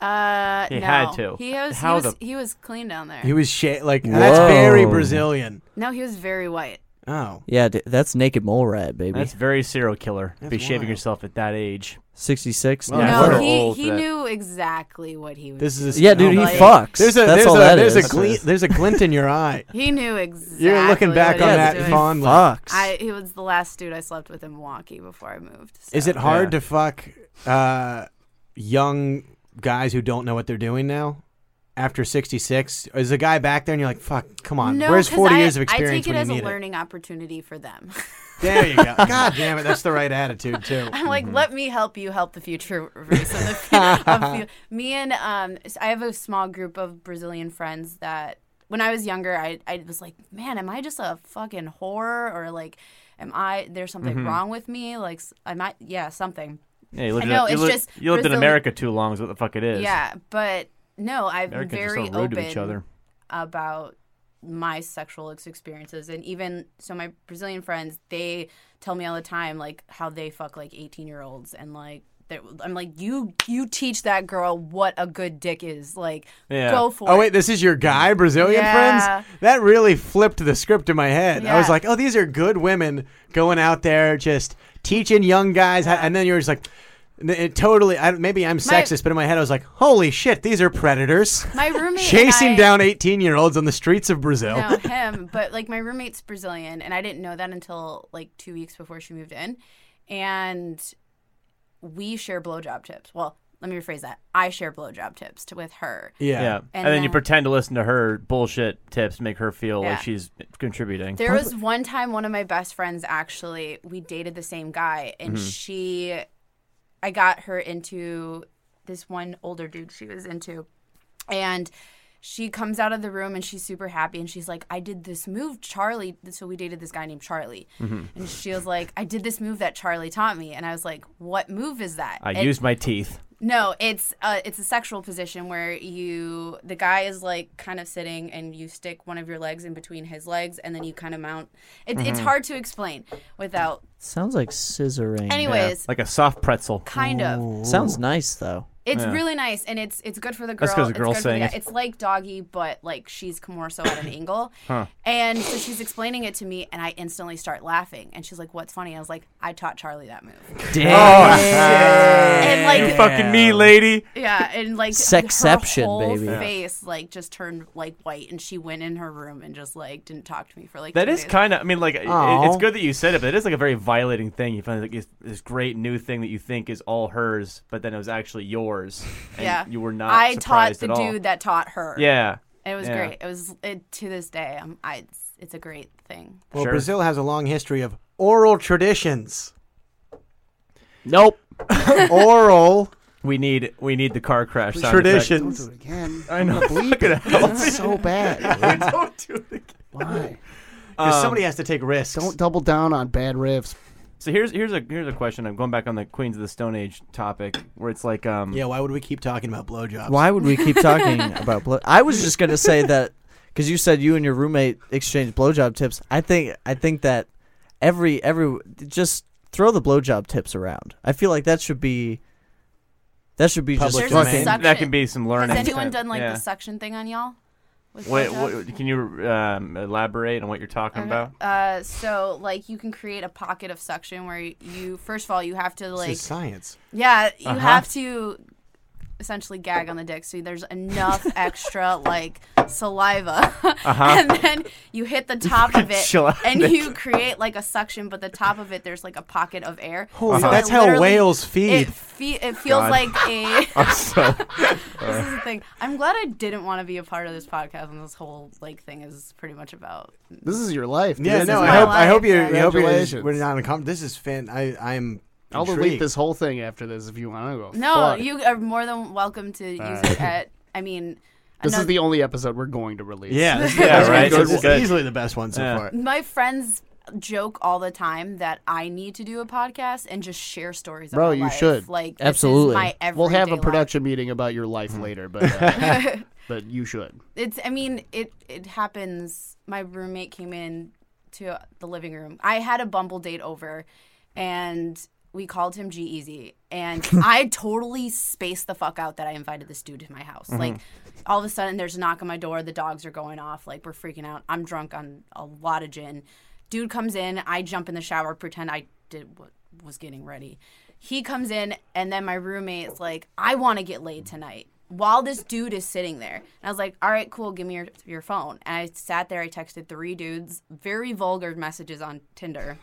K: Uh,
L: He
K: no.
L: had to.
K: He was,
L: How
K: he was,
L: the-
K: he was clean down there.
I: He was sha- like that's very Brazilian.
K: No, he was very white.
I: Oh,
M: Yeah, d- that's Naked Mole Rat, baby.
L: That's very serial killer. to be
I: That's
L: shaving
I: wild.
L: yourself at that age.
M: 66?
L: Well,
M: Yeah.
L: that's
K: No,
L: We're
K: he,
L: old,
K: he
L: but-
K: knew exactly what he was.
I: This is a
M: Yeah, dude, he
K: Like-
M: fucks.
I: There's a
M: That's
I: there's
M: all
I: a
M: that
I: there's
M: is.
I: a glint there's a glint in your eye.
K: He knew exactly.
I: You're looking back
K: what
I: on
K: he was
I: that
K: doing.
I: fondly.
K: I he was the last dude I slept with in Milwaukee before I moved. so-
I: Is it hard to fuck uh, young guys who don't know what they're doing now? After 66, is a guy back there and you're like, fuck, come on.
K: No,
I: Where's
K: 'cause
I: 40
K: I,
I: years of
K: I
I: experience
K: take it
I: when
K: as
I: you
K: a
I: need
K: learning opportunity for them.
I: it? There you go. God damn it, that's the right attitude too.
K: I'm like,
L: Mm-hmm.
K: let me help you help the future race of the fu- of fu- Me and um, s- I have a small group of Brazilian friends that when I was younger, I I was like, man, am I just a fucking whore or like, am I there's something
L: Mhm.
K: wrong with me? Like, s- I might yeah something.
L: Yeah, you lived,
K: I know,
L: in, you
K: it's
L: lived,
K: just
L: you lived in
K: Brazili-
L: America too long is what the fuck it is.
K: Yeah, but no, I've been
L: Americans are
K: very
L: so rude
K: open
L: to each other.
K: about my sexual ex- experiences, and even so, my Brazilian friends they tell me all the time like how they fuck like eighteen year olds, and like they're- I'm like you you teach that girl what a good dick is, like
I: Yeah.
K: go for
I: oh
K: it.
I: wait, this is your guy, Brazilian
K: Yeah.
I: friends. That really flipped the script in my head. I was
K: Yeah.
I: like, oh, these are good women going out there just teaching young guys, how, and then you're just like, n- it totally. I, maybe I'm
K: My-
I: sexist, but in my head I was like, holy shit, these are predators.
K: My roommate
I: chasing
K: and I-
I: down 18 year olds on the streets of Brazil.
K: No, him. But like my roommate's Brazilian, and I didn't know that until like two weeks before she moved in, and we share blowjob tips. Well, let me rephrase that. I share blowjob tips to, with her.
L: Yeah. And, then, you pretend to listen to her bullshit tips, make her feel
K: Yeah.
L: like she's contributing.
K: There was one time one of my best friends actually we dated the same guy and
L: Mhm.
K: she I got her into this one older dude she was into and she comes out of the room and she's super happy and she's like I did this move Charlie so we dated this guy named Charlie
L: Mhm.
K: and she was like I did this move that Charlie taught me and I was like what move is that
L: I
K: And-
L: used my teeth.
K: no, it's uh, it's a sexual position where you the guy is like kind of sitting and you stick one of your legs in between his legs and then you kind of mount. It, It's
L: Mhm.
K: hard to explain without
M: Mm-hmm. Sounds like scissoring.
K: Anyways.
L: Like a soft pretzel.
K: Kind of.
M: Sounds nice, though.
K: It's really nice and it's it's good for the girl.
M: That's 'cause the
K: it's
M: girl's
K: good for
M: saying
K: guy.
M: it.
K: It's like doggy, but like she's more so at an angle.
M: Huh.
K: And so she's explaining it to me, and I instantly start laughing. And she's like, "What's funny?" I was like, "I taught Charlie that move."
L: Damn.
K: Oh, shit. And, like-
L: you fucking me, lady.
K: Yeah, and like
M: Sexception,
K: her whole
M: baby. Yeah.
K: Face like just turned like white, and she went in her room and just like didn't talk to me for like.
L: That
K: two
L: is
K: days.
L: kind of. I mean, like, it,
K: Aw.
L: it's good that you said it, but it is like a very violating thing. You find like this- this great new thing that you think is all hers, but then it was actually hours. And
K: yeah.
L: you were not.
K: I taught
L: surprised
K: the
L: at all.
K: dude that taught her.
L: Yeah,
K: It was
L: yeah.
K: great. It was it, to this day. Um, I it's, it's a great thing.
I: Well, Brazil has a long history of oral traditions.
L: Nope.
I: oral.
L: We need we need the car crash sound
I: Traditions.
L: effect.
E: Don't do it again.
L: I know.
E: I'm gonna bleep
L: Fucking
E: it.
L: hell.
E: It's so bad.
I: Don't do it again.
E: Why?
L: Um,
I: 'Cause somebody has to take risks.
E: Don't double down on bad riffs.
L: So here's here's a here's a question. I'm going back on the Queens of the Stone Age topic, where it's like, um,
I: yeah, why would we keep talking about blowjobs?
M: Why would we keep talking about blow? I was just gonna say that because you said you and your roommate exchanged blowjob tips. I think I think that every every just throw the blowjob tips around. I feel like that should be that should be
K: There's
M: just
K: a
M: fucking.
K: suction-
L: That can be some learning
K: Has anyone
L: type,
K: done like
L: yeah.
K: the suction thing on y'all? With
L: Wait,
K: blowjobs?
L: what, can you um, elaborate on what you're talking about?
K: Uh, so like you can create a pocket of suction where you, you first of all you have to
I: This
K: like
I: is science.
K: Yeah, you
I: Uh-huh.
K: have to essentially gag on the dick so there's enough extra like saliva and then you hit the top of it
I: Uh-huh. Chill out,
K: and
I: Nick.
K: you create like a suction but the top of it there's like a pocket of air
I: Holy-
K: So
I: that's
K: it
I: how
K: literally-
I: whales feed.
K: it, fe- it feels
I: God.
K: like a
I: I'm so-
K: this is the thing i'm glad i didn't want to be a part of this podcast and this whole like thing is pretty much about
E: This is your life. dude.
I: Yeah,
E: This
I: no,
E: is
I: I hope,
E: my
I: I
E: life,
I: hope you,
E: man.
I: I hope you
E: Congratulations.
I: we're not in a com- This is fan. I, I'm.
E: I'll delete
I: intrigued.
E: this whole thing after this if you want to go.
K: no
E: fuck.
K: you are more than welcome to use
E: Alright.
K: it at i mean
E: This
K: another-
E: is the only episode we're going to release.
I: Yeah, this- Yeah, this is right? good. This is Good. easily the best one so
E: Yeah.
I: far.
K: My friends joke all the time that I need to do a podcast and just share stories.
E: Bro,
K: of my
E: you
K: life.
E: should
K: Like this is my
E: we'll have a
K: everyday
E: production meeting about your life later, but uh, but you should.
K: It's. I mean, it it happens. My roommate came in to the living room. I had a Bumble date over, and we called him G Easy, and I totally spaced the fuck out that I invited this dude to my house. Like,
O: Mhm.
K: all of a sudden, there's a knock on my door. The dogs are going off. Like, we're freaking out. I'm drunk on a lot of gin. Dude comes in. I jump in the shower, pretend I did what was getting ready. He comes in, and then my roommate's like, "I want to get laid tonight." While this dude is sitting there, and I was like, "All right, cool. Give me your your phone." And I sat there. I texted three dudes, very vulgar messages on Tinder.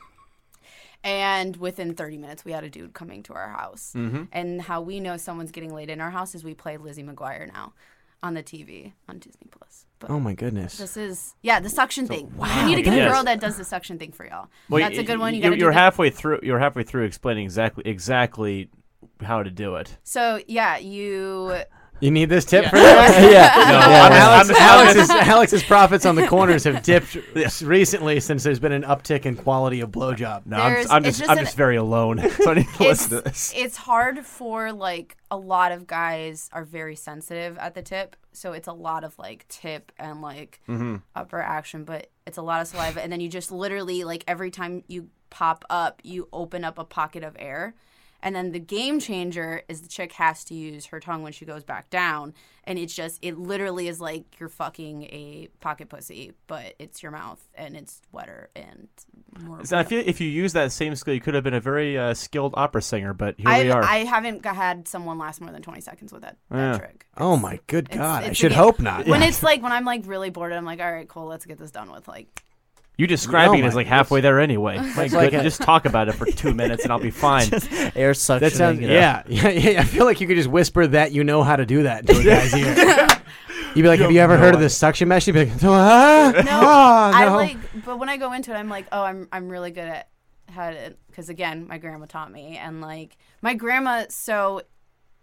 K: And within 30 minutes, we had a dude coming to our house.
I: Mm-hmm.
O: Mhm.
K: And how we know someone's getting laid in our house is we play Lizzie McGuire now on the TV on Disney Plus.
I: Oh my goodness.
K: This is yeah the suction thing.
I: wow.
K: you need to get
L: Yes.
K: a girl that does the suction thing for y'all.
L: Well,
K: That's a good one. You
L: You
K: gotta do
L: are
K: the-
L: halfway through. You're halfway through explaining exactly exactly how to do it.
K: So yeah, you
I: You need this tip
K: Yeah.
I: for that?
L: Yeah.
I: No,
L: Yeah.
I: I'm-
L: Yeah.
I: Alex,
L: I'm-
I: Alex's, Alex's profits on the corners have dipped s- recently since there's been an uptick in quality of blowjob.
L: No, I'm, I'm just, I'm just very alone. So I need to listen to this.
K: it's hard for like a lot of guys are very sensitive at the tip, so it's a lot of like tip and like
L: Mm-hmm.
O: Mhm.
K: upper action, but it's a lot of saliva, and then you just literally like every time you pop up, you open up a pocket of air. And then the game changer is the chick has to use her tongue when she goes back down. And it's just, it literally is like you're fucking a pocket pussy, but it's your mouth and it's wetter and more.
L: So I feel if you use that same skill, you could have been a very uh, skilled opera singer. But here
K: I,
L: we are.
K: I haven't g- had someone last more than 20 seconds with that.
L: Yeah.
I: Oh my good
K: It's-
I: god! I
K: it's a
I: should
K: game-
I: hope not.
K: When it's like, when I'm like really bored, I'm like, all right, cool, let's get this done with. Like,
L: you describing
I: Oh
L: it as
I: my
L: like halfway there anyway.
K: It's
L: Like,
I: like
L: good,
I: a-
L: just talk about it for two minutes and I'll be fine.
M: air suctioning.
I: that sounds yeah, yeah, yeah. I feel like you could just whisper that you know how to do that to a guy's ear. You'd be like,
L: You
I: "Have you
L: have
I: ever
L: no
I: heard of this suction mesh?" You'd be like, "Ah,
K: no,
I: ah,
K: I
I: no."
K: like, but when I go into it, I'm like, oh, I'm, I'm really good at how to, because again, my grandma taught me. And like, my grandma, so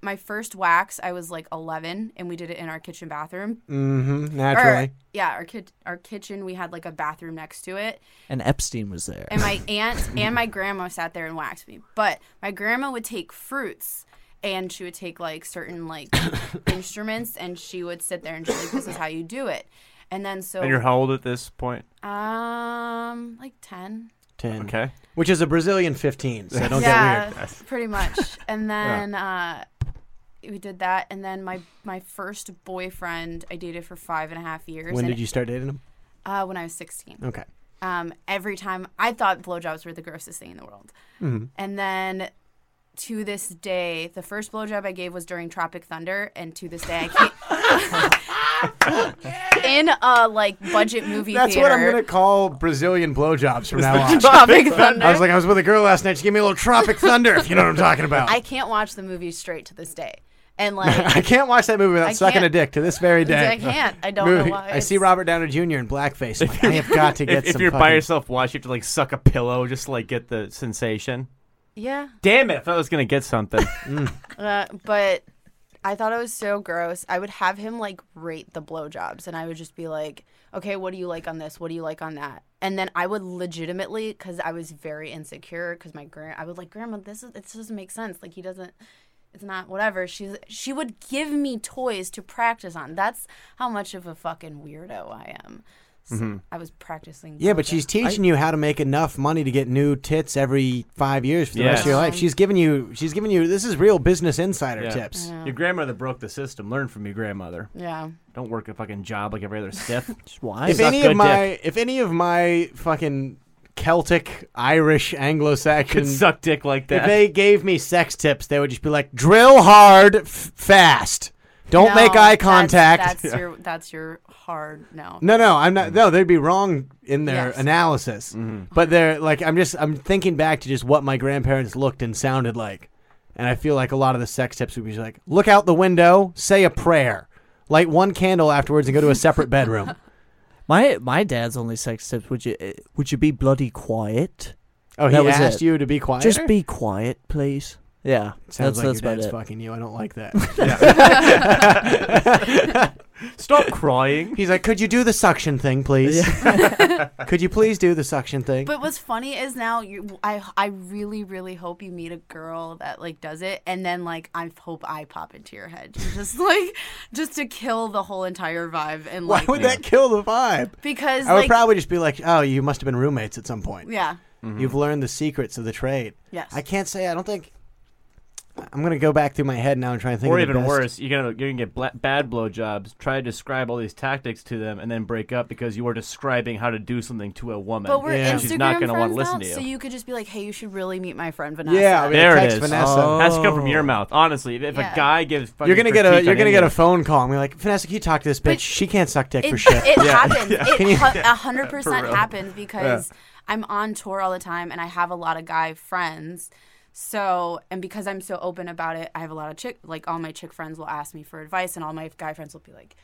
K: my first wax, I was like 11 and we did it in our kitchen bathroom.
I: Mm-hmm.
K: Or-
I: Naturally.
K: yeah, our, kit- our kitchen, we had like a bathroom next to it.
M: And Epstein was there.
K: And my aunt and my grandma sat there and waxed me. But my grandma would take fruits and she would take like certain like instruments and she would sit there and she's like, This is how you do it. And then so
L: And you're how old at this point?
K: um like ten.
I: Ten.
L: Okay.
I: Which is a Brazilian fifteen, so don't
K: yeah,
I: get Oh, weird.
K: pretty much.
I: Yeah.
K: And then uh we did that and then my my first boyfriend I dated for five and a half years.
I: When
K: and-
I: did you start dating him?
K: Uh, when I was 16.
I: Okay.
K: Um, every time I thought blowjobs were the grossest thing in the world.
I: Mhm.
K: And then to this day, the first blowjob I gave was during Tropic Thunder, and to this day, I can't. in a like budget movie
I: That's
K: theater.
I: what I'm gonna call Brazilian blowjobs from
K: It's
I: now
K: the
I: on.
K: Tropic Thunder.
I: I was like, I was with a girl last night. She gave me a little tropic thunder, if you know what I'm talking about.
K: I can't watch the movie straight to this day. And like
I: I can't watch that movie
K: I
I: without sucking a
K: can't.
I: dick to this very day.
K: I can't. I don't know why.
I: I see Robert Downey Jr. in blackface. I'm like, I have got to get
L: if, if
I: some.
L: you're by
I: fucking-
L: yourself, watch you have to like suck a pillow just to, like get the sensation.
K: Yeah.
L: Damn it! I thought I was gonna get something.
K: Uh, but I thought it was so gross. I would have him like rate the blowjobs, and I would just be like, "Okay, what do you like on this? What do you like on that?" And then I would legitimately, because I was very insecure, because my grand, I would like, "Grandma, this is this doesn't make sense. Like he doesn't." It's not whatever. She's she would give me toys to practice on. That's how much of a fucking weirdo I am. So
I: Mhm.
K: I was practicing.
I: Yeah, but
K: blowjobs.
I: she's teaching you how to make enough money to get new tits every five years for the rest of your
L: Yes.
I: life. She's giving you. She's giving you. This is real business insider
L: Yeah.
I: tips.
L: Your grandmother broke the system. Learn from your grandmother.
K: Yeah.
L: Don't work a fucking job like every other stiff.
I: If any of my, if any of my fucking Celtic, Irish, Anglo-Saxon
L: Could suck dick like that.
I: if they gave me sex tips, they would just be like, drill hard, f- fast. Don't
K: No,
I: make eye
K: that's-
I: contact.
K: That's, your that's your hard no.
I: No, no, I'm
M: Mm-hmm.
I: not. No, they'd be wrong in their
K: Yes.
I: analysis. But they're like, I'm just, I'm thinking back to just what my grandparents looked and sounded like, and I feel like a lot of the sex tips would be just like, look out the window, say a prayer, light one candle afterwards, and go to a separate bedroom.
M: My my dad's only sex tips would you eh, would you be bloody quiet?
I: Oh, he
M: That was
I: asked
M: it.
I: you to be quiet.
M: Just be quiet, please. Yeah, that's
I: Sounds like
M: that's
I: your
M: about
I: dad's
M: it.
I: fucking you. I don't like that.
L: Stop crying.
I: He's like, could you do the suction thing, please? could you please do the suction thing?
K: But what's funny is now you I I really really hope you meet a girl that like does it and then like I hope I pop into your head just like just to kill the whole entire vibe and
I: Why
K: like
I: would that kill the vibe?
K: because
I: I would
K: like
I: probably just be like, oh, you must have been roommates at some point.
K: yeah
L: Mm-hmm.
I: You've learned the secrets of the trade.
K: Yes.
I: I can't say. I don't think. I'm gonna go back through my head now and try and think.
L: or
I: of the
L: even
I: best.
L: worse, you're gonna you're gonna get bla- bad blowjobs. Try to describe all these tactics to them, and then break up because you were describing how to do something to a woman.
K: but we're
L: and
K: Instagram
L: she's not gonna
K: friends
L: want to
K: now,
L: listen to you.
K: so you could just be like hey you should really meet my friend Vanessa
L: there it
I: text
L: is. Oh.
I: Vanessa. Oh.
L: Has to come from your mouth, honestly. If
K: Yeah.
L: a guy gives, fucking
I: You're gonna get a
L: critique
I: you're
L: on
I: gonna
L: any
I: get
L: of
I: a phone call and be like, Vanessa, can you talk to this bitch? she can't suck dick
K: it,
I: for shit.
K: It happens. It
I: Can you-
K: hu- a hundred percent
I: real.
K: happens because I'm on tour all the time and I have a lot of guy friends. So and because I'm so open about it, I have a lot of chick like all my chick friends will ask me for advice and all my guy friends will be like,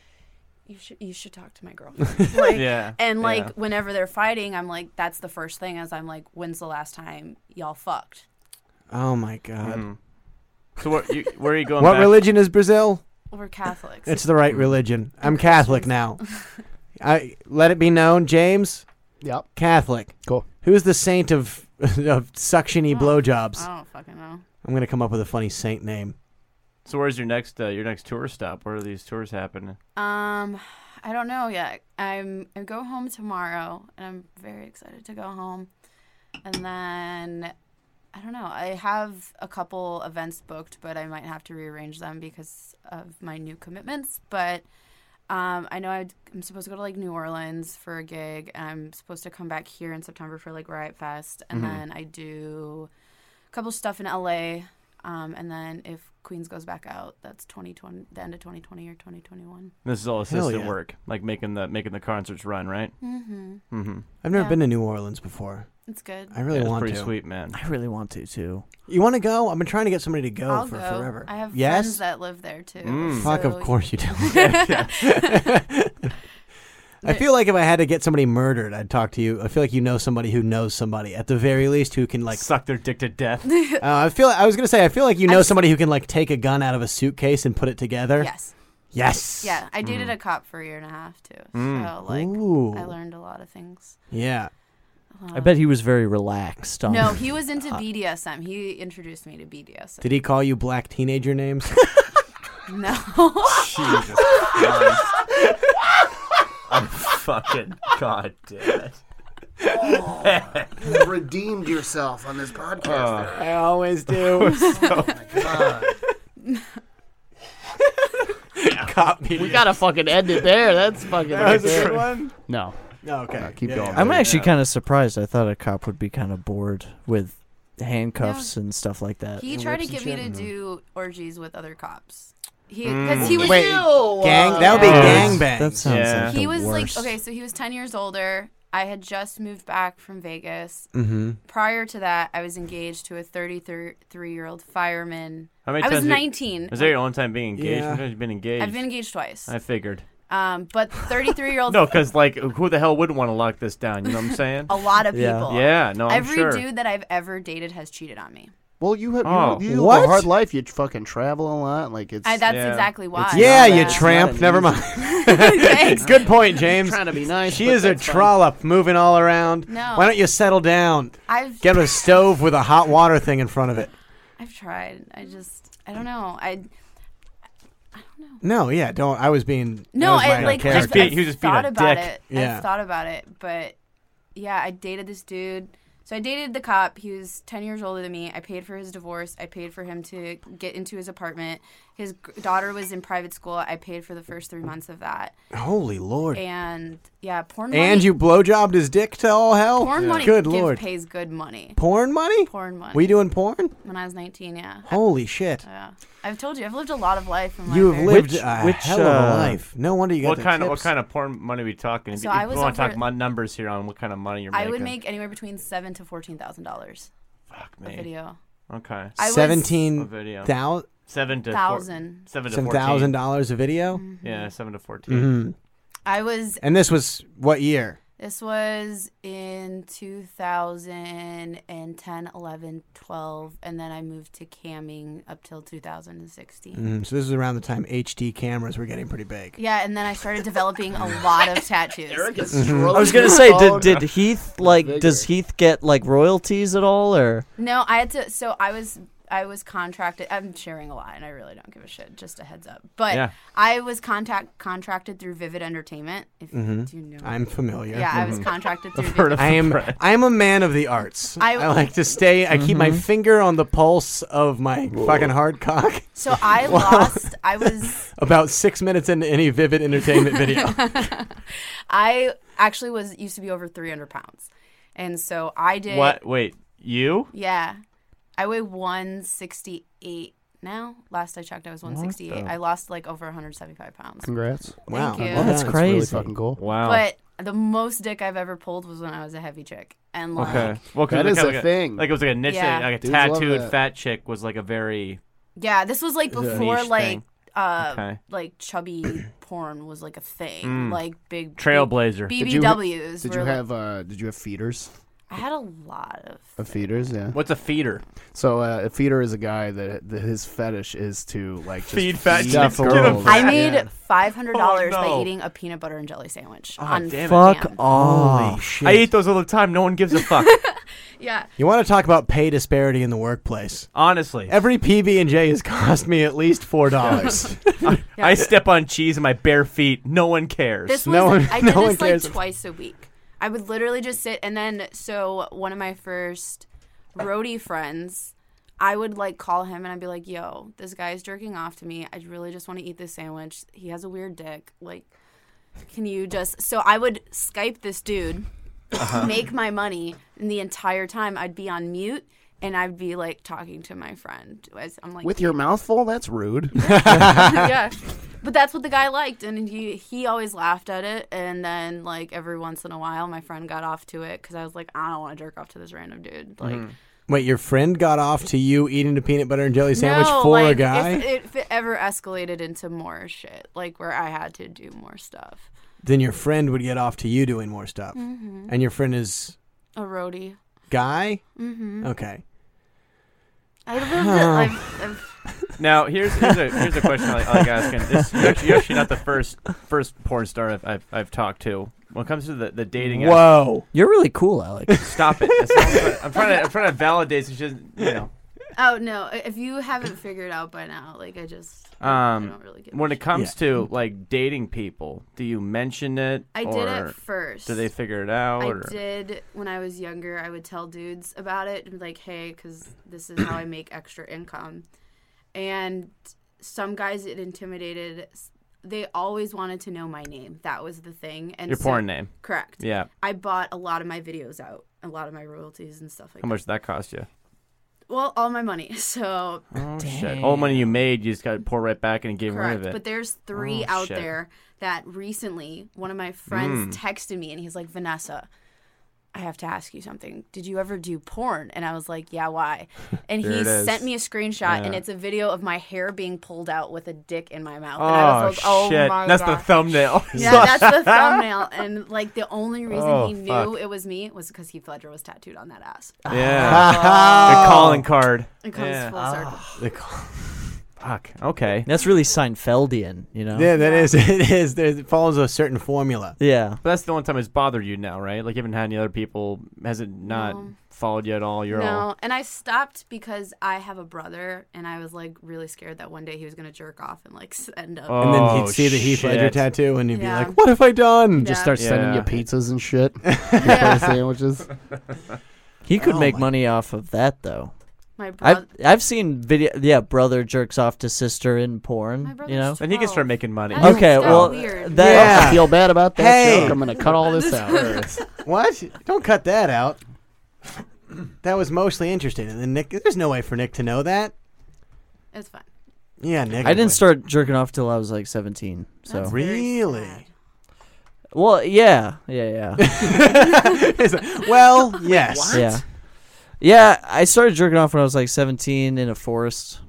K: You should you should talk to my girlfriend. like,
O: Yeah,
K: And like
O: yeah.
K: whenever they're fighting, I'm like, that's the first thing is I'm like, When's the last time y'all fucked?
I: oh my god.
L: Mhm. So where, you, where are you going?
I: What
L: back?
I: religion is Brazil?
K: We're Catholics.
I: It's the right religion. I'm Catholic now. I let it be known, James.
E: Yep.
I: Catholic.
E: Cool.
I: Who's the saint of of
K: Oh,
I: suctiony blowjobs?
K: I don't fucking know.
I: I'm gonna come up with a funny saint name.
L: So where's your next uh, your next tour stop? Where are these tours happening?
K: Um, I don't know yet. I'm I go home tomorrow, and I'm very excited to go home. And then I don't know. I have a couple events booked, but I might have to rearrange them because of my new commitments. But um, I know i am supposed to go to like New Orleans for a gig. And I'm supposed to come back here in September for like Riot Fest,
O: Mhm.
K: and then I do a couple stuff in LA. Um, and then if Queens goes back out, that's 2020, the end of 2020 or 2021.
L: This is all
I: Hell
L: assistant
I: yeah.
L: work, like making the making the concerts run, right?
K: Mhm.
L: Mm-hmm.
I: I've never
K: Yeah.
I: been to New Orleans before.
K: It's good.
I: I really
L: Yeah, it's
I: want
L: pretty
I: to.
L: sweet, man.
M: I really want to too.
I: You want to go? I've been trying to get somebody to go
K: I'll
I: for
K: go.
I: forever.
K: I have
I: yes?
K: friends that live there too.
I: Mm. Fuck, of
K: so-
I: course you do. I feel like if I had to get somebody murdered, I'd talk to you. I feel like you know somebody who knows somebody at the very least who can like
L: suck their dick to death.
I: uh, I feel. I was gonna say I feel like you know somebody who can like take a gun out of a suitcase and put it together.
K: Yes.
I: Yes.
K: Yeah, I dated
L: Mm.
K: a cop for a year and a half too.
M: Mm.
K: So like,
M: Ooh.
K: I learned a lot of things.
I: Yeah.
M: I bet he was very relaxed. On
K: No, he was into
M: Uh,
K: BDSM. He introduced me to BDSM.
I: Did he call you black teenager names?
K: No.
L: Jesus Christ. I'm fucking god damn it.
O: Oh, you redeemed yourself on this podcast.
I: I always do.
L: Oh
I: Cop me.
H: We gotta fucking end it there. That's fucking.
I: That was a
H: right
I: good
H: there.
I: one?
E: No.
I: No, okay.
E: No, keep
I: Yeah,
E: going.
I: yeah.
M: I'm actually kind of surprised. I thought a cop would be kind of bored with handcuffs and stuff like that.
K: He
M: and
K: tried to
M: whips and
K: get me to
M: shit.
K: do orgies with other cops. He
M: Mm.
K: because he was
M: Wait,
K: Ew.
L: Um,
M: gang- that would be Yeah. gangbang. That sounds like
K: he
M: the
K: was
M: worst.
K: like okay, so he was ten years older. I had just moved back from Vegas.
I: Mhm.
M: Mm-hmm.
K: Prior to that, I was engaged to a 33 year old fireman.
L: How many
K: I was
L: times you-
K: 19.
L: Is that your only time being engaged?
K: Yeah.
L: How many times you been engaged?
K: I've been engaged twice.
L: I figured.
K: Um, but 33 year old.
L: No, because like, who the hell wouldn't want to lock this down? You know what I'm saying?
K: A lot of
L: yeah.
K: people.
L: Yeah, no, I'm
K: Every
L: sure.
K: dude that I've ever dated has cheated on me.
E: Well, you have
L: Oh.
E: you, you live
L: What?
E: a hard life. You fucking travel a lot. Like it's
K: I- that's Yeah. exactly why.
E: It's
I: Yeah,
E: not
I: you
E: that-
I: tramp.
E: it's not
I: Never
E: an
I: mind.
K: Thanks.
I: Good point, James.
E: Trying to be nice,
I: She
E: but
I: is a
E: that's fine.
I: trollop moving all around.
K: No.
I: Why don't you settle down?
K: I've-
I: Get a stove with a hot water thing in front of it.
K: I've tried. I just, I don't know. I
I: No, yeah, don't. I was being.
K: no,
I: that was
K: I
I: my
K: like
I: character.
K: I've, I've thought about it.
I: Yeah.
K: I've thought about it, but yeah, I dated this dude. So I dated the cop. He was ten years older than me. I paid for his divorce. I paid for him to get into his apartment. His g- daughter was in private school. I paid for the first three months of that.
I: Holy lord.
K: And yeah, porn.
I: And
K: money-
I: you blowjobbed his dick to all hell.
K: Porn money
I: Good
K: give-
I: lord.
K: pays good money.
I: Porn money.
K: Porn money.
I: Were you doing porn?
K: When I was nineteen, yeah.
I: Holy shit.
K: Yeah. I've told you, I've lived a lot of life. In my
I: You have
K: very-
I: lived a hell of a life. No wonder you got
L: uh, What
I: the
L: kind of what
I: tips.
L: kind of porn money are we talking?
K: So
L: if
K: I
L: you
K: was
L: want to talk
K: over-
L: mon- numbers here on what kind of money you're making?
K: I would make anywhere between seven to fourteen thousand dollars. Fuck
L: me.
K: A video.
L: Okay.
K: I was-
L: A
I: Seventeen
L: video.
I: thousand.
L: Seven to
K: Thousand.
L: Four, seven to
I: Some
L: fourteen.
I: thousand dollars a video.
K: Mm-hmm.
L: Yeah, seven to 14
I: Mhm.
K: I was.
I: And this was what year?
K: This was in 2010, 11, 12, and then I moved to camming up till 2016.
I: Mhm, So this is around the time HD cameras were getting pretty big.
K: Yeah, and then I started developing a lot of tattoos. Eric
O: is
M: I was gonna say, did, did Heath like? Does Heath get like royalties at all, or
K: No, I had to. So I was I was contracted. I'm sharing a lot, and I really don't give a shit. Just a heads up. But
I: Yeah.
K: I was contact contracted through Vivid Entertainment. If
M: Mm-hmm.
I: Mhm.
K: you know,
I: I'm familiar.
K: Yeah, I was contracted through.
I: I've
K: Vivid.
I: heard of I am. I am a man of the arts. I,
K: I-
I: like to stay. I keep my
K: Mhm.
I: finger on the pulse of my fucking hard cock.
K: So I
I: Well,
K: lost. I was.
I: about six minutes into any vivid entertainment video.
K: I actually was used to be over 300 pounds, and so I did.
L: What? Wait, you?
K: Yeah, I weigh 168 now. Last I checked, I was 168.
E: the-
K: I lost like over 175 pounds.
E: Congrats!
K: Wow, Thank you.
E: Well,
K: That's
E: really
K: crazy.
E: fucking cool.
L: Wow.
K: But the most dick I've ever pulled was when I was a heavy chick, and like
L: Okay. Well, 'cause
E: That
L: it
E: is
L: kinda
E: a
L: like
E: thing.
L: Like it was like a niche,
K: Yeah.
L: like a
K: Dudes love
L: tattooed
K: that.
L: fat chick was like a very.
K: yeah, this was like
L: Is it a
K: before
L: niche
K: like
L: thing?
K: uh
L: Okay.
K: like chubby porn was like a thing,
L: Mm.
K: like big big
E: Trailblazer. Did you-
K: BBWs.
E: Did
K: were,
E: you
K: like-
E: have uh, Did you have feeders?
K: I had a lot of.
E: Of feeders, yeah.
L: What's a feeder?
E: So uh, a feeder is a guy that, that his fetish is to like just
L: Feed fat chicks,
E: stuff
L: get 'em
E: around.
K: I made five hundred dollars
L: Oh, no.
K: by eating a peanut butter and jelly sandwich.
L: Oh,
K: on
L: damn it.
K: Fuck
I: off.
L: Holy shit. I eat those all the time. No one gives a fuck.
K: Yeah.
I: You want to talk about pay disparity in the workplace?
M: Uh,
L: Honestly.
I: Every PB and J has cost me at least four dollars.
L: I step on cheese in my bare feet. No one cares.
K: This was I did this like twice a week. I would literally just sit and then so one of my first roadie friends, I would like call him and I'd be like, "Yo, this guy's jerking off to me. I really just want to eat this sandwich. He has a weird dick. Like, can you just?" So I would Skype this dude,
P: Uh-huh.
K: make my money, and the entire time I'd be on mute. And I'd be like talking to my friend. As I'm like
E: With your mouth full, that's rude.
K: yeah. But that's what the guy liked, and he he always laughed at it. And then like every once in a while, my friend got off to it because I was like, I don't want to jerk off to this random
L: Mm-hmm.
K: dude. Like
I: Wait, your friend got off to you eating a peanut butter and jelly sandwich
K: no,
I: for
K: like,
I: a guy?
K: If, it- if it ever escalated into more shit, like where I had to do more stuff,
I: then your friend would get off to you doing more stuff.
K: Mhm.
I: And your friend is
K: a roadie.
I: guy?
K: Mhm.
I: Okay.
K: I lived. it. I've, I've,
L: Now here's here's a here's a question I, I like asking. This, you're, actually, you're actually not the first first porn star I've I've, I've talked to. When it comes to the, the dating, app-
M: You're really cool, Alex.
L: Stop it! That's- I'm trying to I'm trying to validate. So she doesn't, you know.
K: oh no! If you haven't figured out by now, like I just
L: Um, when it comes to like dating people, do you mention it?
K: I did
L: or
K: at first.
L: Do they figure it out?
K: I
L: or?
K: did when I was younger. I would tell dudes about it and be like, hey, because this is how I make extra income. And some guys it intimidated. They always wanted to know my name. That was the thing. And
L: Your porn name.
K: Correct.
L: Yeah.
K: I bought a lot of my videos out, a lot of my royalties and stuff like
L: How
K: that.
L: much did that cost you?
K: Well, all my money. So
L: Oh shit! All the money you made, you just got to pour right back in and get rid
K: Correct.
L: of it. Oh,
K: But there's
L: three
K: three out there that recently one of my friends
L: Mm.
K: texted me and he's like, Vanessa, I have to ask you something. Did you ever do porn? And I was like, yeah, why? And
L: There
K: he
L: it is.
K: sent me a screenshot, and
L: Yeah.
K: it's a video of my hair being pulled out with a dick in my mouth.
L: Oh,
K: and I was like, oh
L: shit.
K: my
L: That's the
K: God.
L: thumbnail.
K: Yeah, that's the thumbnail. And like the only reason
L: Oh,
K: he knew
L: fuck.
K: it was me was because Heath Ledger was tattooed on that ass.
L: Yeah. the calling card.
K: It comes
L: yeah. Ah.
K: full circle.
I: The call-
L: Fuck. Okay.
M: That's really Seinfeldian, you know?
I: Yeah, that is. It is. There, it follows a certain formula.
M: Yeah.
L: But that's the only time it's bothered you now, right? Like, you haven't had any other people. Has it not followed you at all? You're
K: no,
L: all.
K: and I stopped because I have a brother, and I was like really scared that one day he was gonna jerk off and like s- end up.
I: And then
L: Oh,
I: he'd see the Heath Ledger tattoo, and he'd be like, "What have I done?"
E: Just start sending you pizzas and shit.
K: Yeah.
E: sandwiches.
M: He could
E: Oh
M: make
E: my-
M: money off of that though.
K: My bro-
M: I've I've seen video. Yeah, brother jerks off to sister in porn. you know,
L: and he can
K: Oh.
L: start making money.
M: okay, well, that
E: Yeah. I feel bad about that
M: Hey.
E: joke. I'm gonna cut all this out.
I: what? Don't cut that out. That was mostly interesting, and then Nick. There's no way for Nick to know that.
K: It's fine.
I: Yeah, Nick.
M: I didn't start jerking off till I was like seventeen. So
I: really.
M: Well, yeah, yeah,
I: It's
M: yeah.
I: like, well, yes.
M: yeah, yeah. I started jerking off when I was like seventeen in a forest.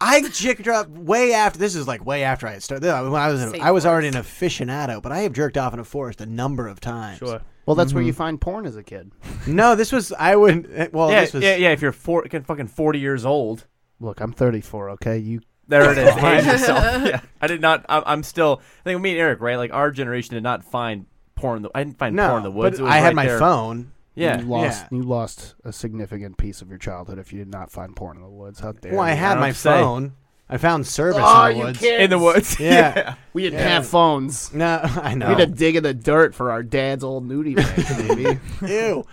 I: I jerked off way after. This is like way after I had started. When I was, in,
E: Safe
I: I was already an aficionado, but I have jerked off in a forest a number of times. Sure.
E: Well, that's where you find porn as a kid.
I: No, this was. I would. Well,
L: yeah,
I: this was.
L: yeah, yeah. If you're four, fucking 40 years old.
E: Look, I'm 34. Okay, you.
L: There it is.
E: Fine.
L: Age yourself. Yeah. I did not. I'm, I'm still. I think me and Eric, right? Like our generation did not find porn. in The, I didn't find
I: No,
L: porn in the woods.
I: but
L: It was
I: I had
L: right
I: my
L: there.
I: phone.
L: Yeah.
E: you lost. You lost a significant piece of your childhood if you did not find porn in the woods. How dare?
I: Well, I
E: you.
I: had my phone. I found service
E: Oh,
I: in the
E: you
I: woods.
E: kids. In the woods.
I: Yeah.
E: Yeah. We didn't
I: Yeah.
E: have phones.
I: No, I know.
E: We had to dig in the dirt for our dad's old nudie bag, baby.
I: Ew.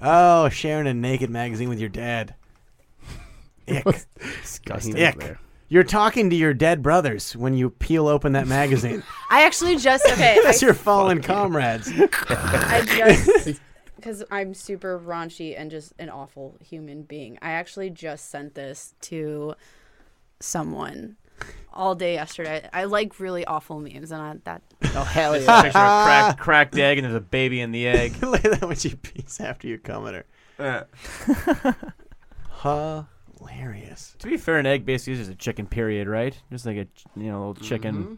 I: Oh, sharing a naked magazine with your dad. Ick.
E: Disgusting.
I: Ick. You're talking to your dead brothers when you peel open that magazine.
K: I actually just okay.
I: That's
K: I,
I: your fallen comrades.
K: I just because I'm super raunchy and just an awful human being. I actually just sent this to someone all day yesterday. I like really awful memes, and I, that
E: Oh hell
L: It's a picture of a crack, cracked egg, and there's a baby in the egg.
I: Lay that when she pees after you come at her. Hilarious.
L: To be fair, an egg basically is just a chicken. Period, right? Just like a ch- you know little chicken
I: Mm-hmm.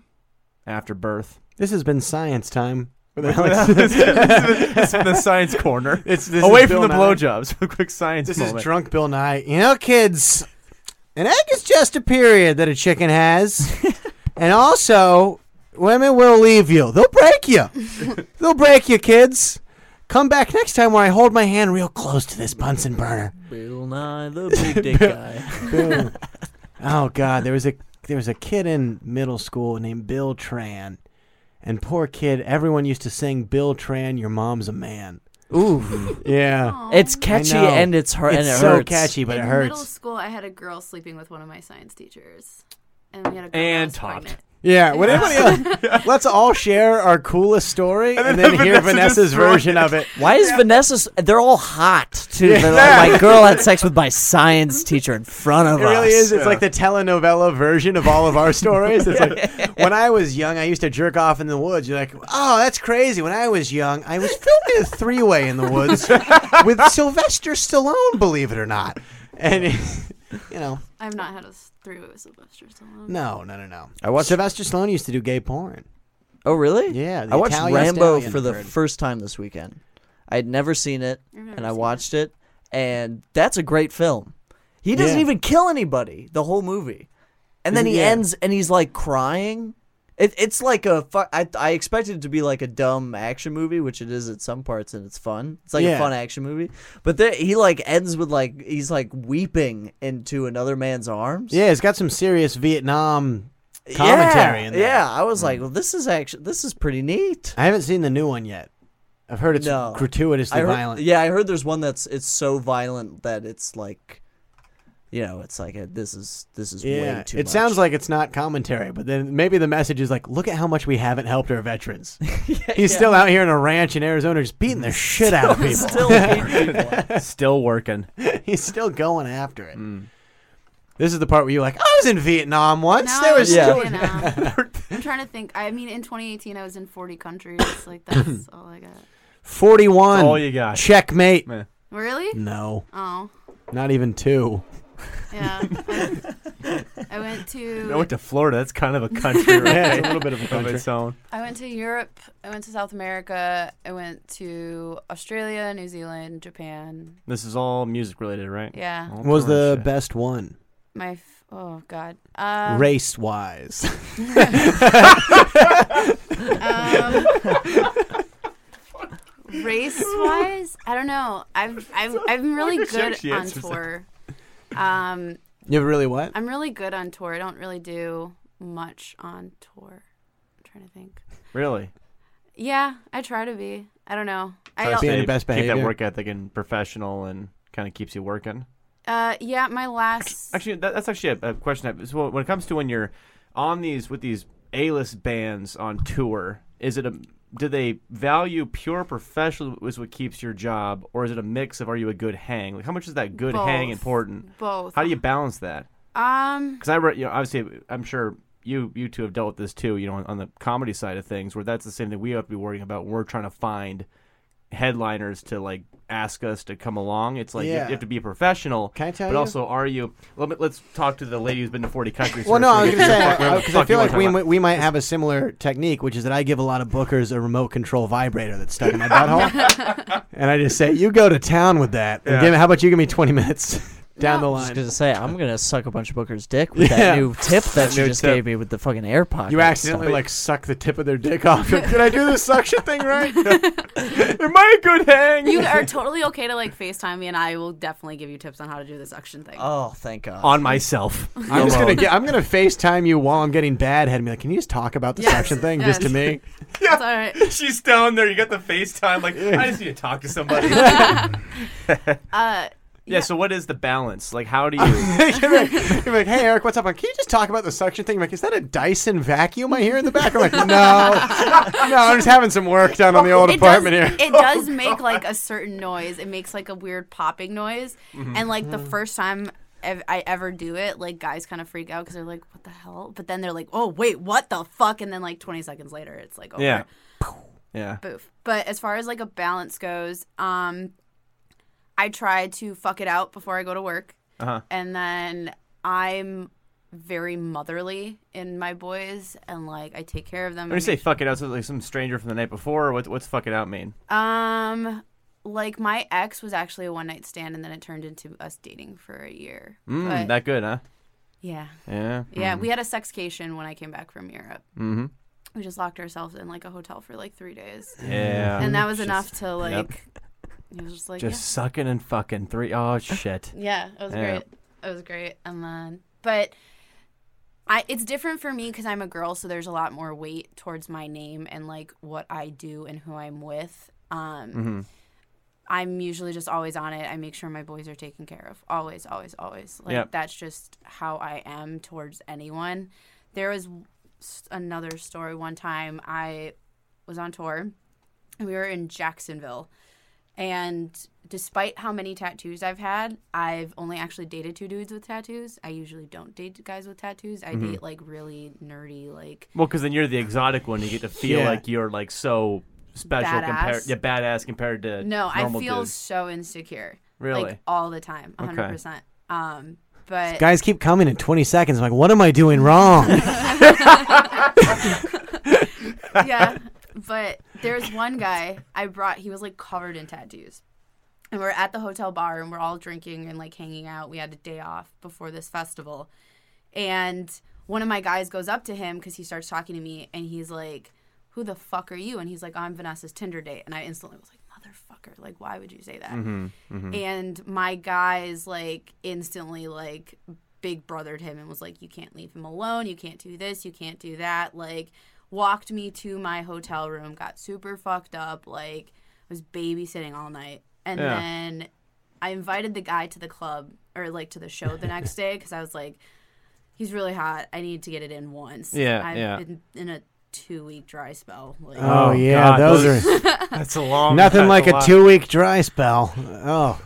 L: after birth.
I: This has been science time. with
L: Well,
I: Alex.
L: this is- this is the science corner.
I: It's this
L: Away
I: is
L: from
I: Bill
L: the
I: Nye.
L: blowjobs. A quick science
I: This
L: moment.
I: is drunk Bill Nye. You know, kids, an egg is just a period that a chicken has, and also women will leave you. They'll break you. They'll break you, kids. Come back next time where I hold my hand real close to this Bunsen burner.
M: Bill Nye the Big Dick
I: Bill-
M: Guy.
I: Bill- oh God, there was a there was a kid in middle school named Bill Tran, and poor kid, everyone used to sing Bill Tran, your mom's a man.
M: Ooh,
I: yeah,
M: It's
I: I
M: catchy
I: know.
M: and it's hard-
I: It's
M: and it
I: so
M: hurts.
I: catchy, but it
K: in
I: hurts.
K: middle school, I had a girl sleeping with one of my science teachers, and we had a girl that
L: and
K: was
L: topped.
I: Yeah, would everybody else, let's all share our coolest story and, then, hear Vanessa's version of it.
M: Why is Vanessa? s- They're all hot too.
I: Yeah.
M: They're like, my girl had sex with my science teacher in front of
I: It
M: us.
I: really is. It's like the telenovela version of all of our stories. It's like when I was young, I used to jerk off in the woods. You're like, oh, that's crazy. When I was young, I was filming a three way in the woods with Sylvester Stallone, believe it or not. And, you know,
K: I've not had a three way with Sylvester Stallone.
I: no, no, no, no.
M: I watched-
I: Sylvester Stallone used to do gay porn.
M: Oh, really?
I: Yeah, the
M: I watched
I: Italian
M: Rambo
I: Stallion
M: for the
I: bird.
M: first time this weekend. I had never seen it,
K: I've never
M: and I
K: seen
M: watched it. and that's a great film. He doesn't
I: Yeah.
M: even kill anybody the whole movie, and then he
I: Yeah.
M: ends and he's like crying. It, it's like a fu- I, I expected it to be like a dumb action movie, which it is at some parts, and it's fun. It's like
I: Yeah.
M: a fun action movie, but there, he like ends with like he's like weeping into another man's arms.
I: Yeah, it's got some serious Vietnam commentary
M: yeah,
I: in there. Hmm.
M: Yeah, I was like, well, this is actually this is pretty neat.
I: I haven't seen the new one yet. I've heard it's
M: No.
I: gratuitously
M: I heard-
I: violent.
M: Yeah, I heard there's one that's it's so violent that it's like, you know, it's like a, this is this is way too.
I: it
M: much.
I: sounds like it's not commentary, but then maybe the message is like, look at how much we haven't helped our veterans. He's still out here in a ranch in Arizona, just beating
L: Mm.
I: the shit out of people.
M: Still beating
L: Still working.
I: He's still going after it.
L: Mm.
I: This is the part where you're like, I was in Vietnam once.
K: Now
I: there
K: I'm um,
I: was
K: in
I: still-
K: Vietnam. I'm trying to think. I mean, in 2018, I was in 40 countries. Like that's all I got.
I: 41.
L: That's all you got.
I: Checkmate.
K: Really?
I: No.
K: Oh.
I: Not even two.
K: Yeah. I- I went to
L: I went to Florida. That's kind of a country, right?
I: Yeah, it's a little bit of a country.
L: its own.
K: I went to Europe. I went to South America. I went to Australia, New Zealand, Japan.
L: This is all music related, right?
K: Yeah.
I: What was the best one?
K: My f- oh god. Um,
I: Race wise.
K: um, race wise, I don't know. I've I've I've been really
I: Wonder
K: good
I: if she
K: on
I: answers that.
K: tour. Um,
I: you really what?
K: I'm really good on tour. I don't really do much on tour. I'm trying to think.
L: Really?
K: Yeah, I try to be. I don't know. I
L: Try
K: don't,
L: to stay-
I: best
L: Keep that
I: behavior.
L: work ethic and professional, and kind of keeps you working.
K: uh, yeah, my last.
L: Actually, that, that's actually a, a question. I, so when it comes to when you're on these with these A-list bands on tour, is it a do they value pure professional is what keeps your job, or is it a mix of are you a good hang? Like how much is that good hang
K: Both.
L: important?
K: Both.
L: How do you balance that?
K: Um,
L: Because I, re- you know, obviously, I'm sure you you two have dealt with this too. You know, on, on the comedy side of things, where that's the same thing we have to be worrying about. We're trying to find headliners to like ask us to come along. It's like you have-
I: Yeah.
L: you have to be professional.
I: Can I tell
L: but
I: you?
L: also, are you? Let me, let's talk to the lady who's been to 40 countries.
I: Well,
L: first,
I: no, I was
L: and
I: gonna
L: see
I: say
L: what the fuck-
I: because I,
L: fuck
I: feel
L: you
I: like
L: wanna
I: we,
L: talk about.
I: we might have a similar technique, which is that I give a lot of bookers a remote control vibrator that's stuck in my butthole, and I just say, "You go to town with that." And
M: Yeah.
I: give me- how about you give me twenty minutes down the
M: I was
I: line?
M: gonna say I'm gonna suck a bunch of Booker's dick with
I: Yeah.
M: that new tip
I: That
M: that you
I: new
M: just
I: tip.
M: gave me with the fucking air pocket.
I: You accidentally
M: stuff.
I: like suck the tip of their dick off. Did I do this suction thing right?
L: Am I a good hang?
K: you are totally okay to like FaceTime me, and I will definitely give you tips on how to do this suction thing.
M: Oh, thank God.
L: on myself.
I: I'm just gonna get, I'm gonna FaceTime you while I'm getting bad head and be like, "Can you just talk about the
K: Yes,
I: suction thing just to
K: yes.
I: me?"
K: Yeah. It's all right.
L: She's down there. You got the FaceTime. Like I just need to talk to somebody.
K: Uh,
L: yeah. So what is the balance? Like, how do you?
I: You're like, you're like, hey Eric, what's up? I'm like, Can you just talk about the suction thing? I'm like, is that a Dyson vacuum I hear in the back? I'm like, no, no, I'm just having some work done on the old
K: it does,
I: apartment here.
K: it does make like a certain noise. It makes like a weird popping noise,
I: Mhm.
K: and like the
I: Mm.
K: first time ev- I ever do it, like guys kind of freak out because they're like, "What the hell?" But then they're like, "Oh wait, what the fuck?" And then like 20 seconds later, it's like, "Oh
L: Yeah. Yeah.
K: boof." But as far as like a balance goes, um, I try to fuck it out before I go to work.
L: Uh-huh.
K: And then I'm very motherly in my boys, and like I take care of them.
L: When you
K: and
L: say
K: make-
L: fuck it out, so like some stranger from the night before, or what, what's fuck it out mean?
K: um, like my ex was actually a one night stand, and then it turned into us dating for a year.
L: Mm,
K: But-
L: that good, huh?
K: yeah,
L: Yeah.
K: yeah.
L: Mm.
K: We had a sexcation when I came back from Europe.
L: Mhm.
K: We just locked ourselves in like a hotel for like three days.
L: Yeah.
K: and that was
L: Just-
K: enough to like.
L: yep.
K: It was just like
L: Just
K: yeah.
L: sucking and fucking three oh shit.
K: Yeah, it was
L: Yeah.
K: great. It was great. And then, but I it's different for me because I'm a girl, so there's a lot more weight towards my name and like what I do and who I'm with. Um,
L: Mhm.
K: I'm usually just always on it. I make sure my boys are taken care of. Always, always, always. Like
L: Yep.
K: that's just how I am towards anyone. There was s- another story one time I was on tour. and We were in Jacksonville. And despite how many tattoos I've had, I've only actually dated two dudes with tattoos. I usually don't date guys with tattoos. I
L: Mhm.
K: date like really nerdy, like
L: Well, because then you're the exotic one. You get to feel
I: Yeah.
L: like you're like so special compared,
K: Badass.
L: yeah, badass compared to
K: no. I
L: normal
K: feel
L: dudes.
K: so insecure,
L: Really?
K: like all the time,
L: Okay.
K: hundred percent. Um, but
I: Guys keep coming in 20 seconds. I'm like, what am I doing wrong?
K: yeah. But there's one guy I brought, he was like covered in tattoos. And we're at the hotel bar and we're all drinking and like hanging out. We had a day off before this festival. And one of my guys goes up to him because he starts talking to me and he's like, Who the fuck are you? And he's like, "Oh, I'm Vanessa's Tinder date. And I instantly was like, Motherfucker, like, why would you say that?
L: Mhm, mhm.
K: And my guys like instantly like big brothered him and was like, You can't leave him alone. You can't do this. You can't do that. Like, walked me to my hotel room, got super fucked up, like was babysitting all night. And
P: Yeah.
K: then I invited the guy to the club or like to the show the next day cuz I was like he's really hot. I need to get it in once.
L: Yeah,
K: I've
L: yeah. Uh,
K: been in a 2 week dry spell. Like
I: oh, yeah,
L: God,
I: those
L: those-
I: are.
L: that's a long- that's
I: Nothing like
L: a
I: a,
L: lot.
I: two week dry spell. Oh.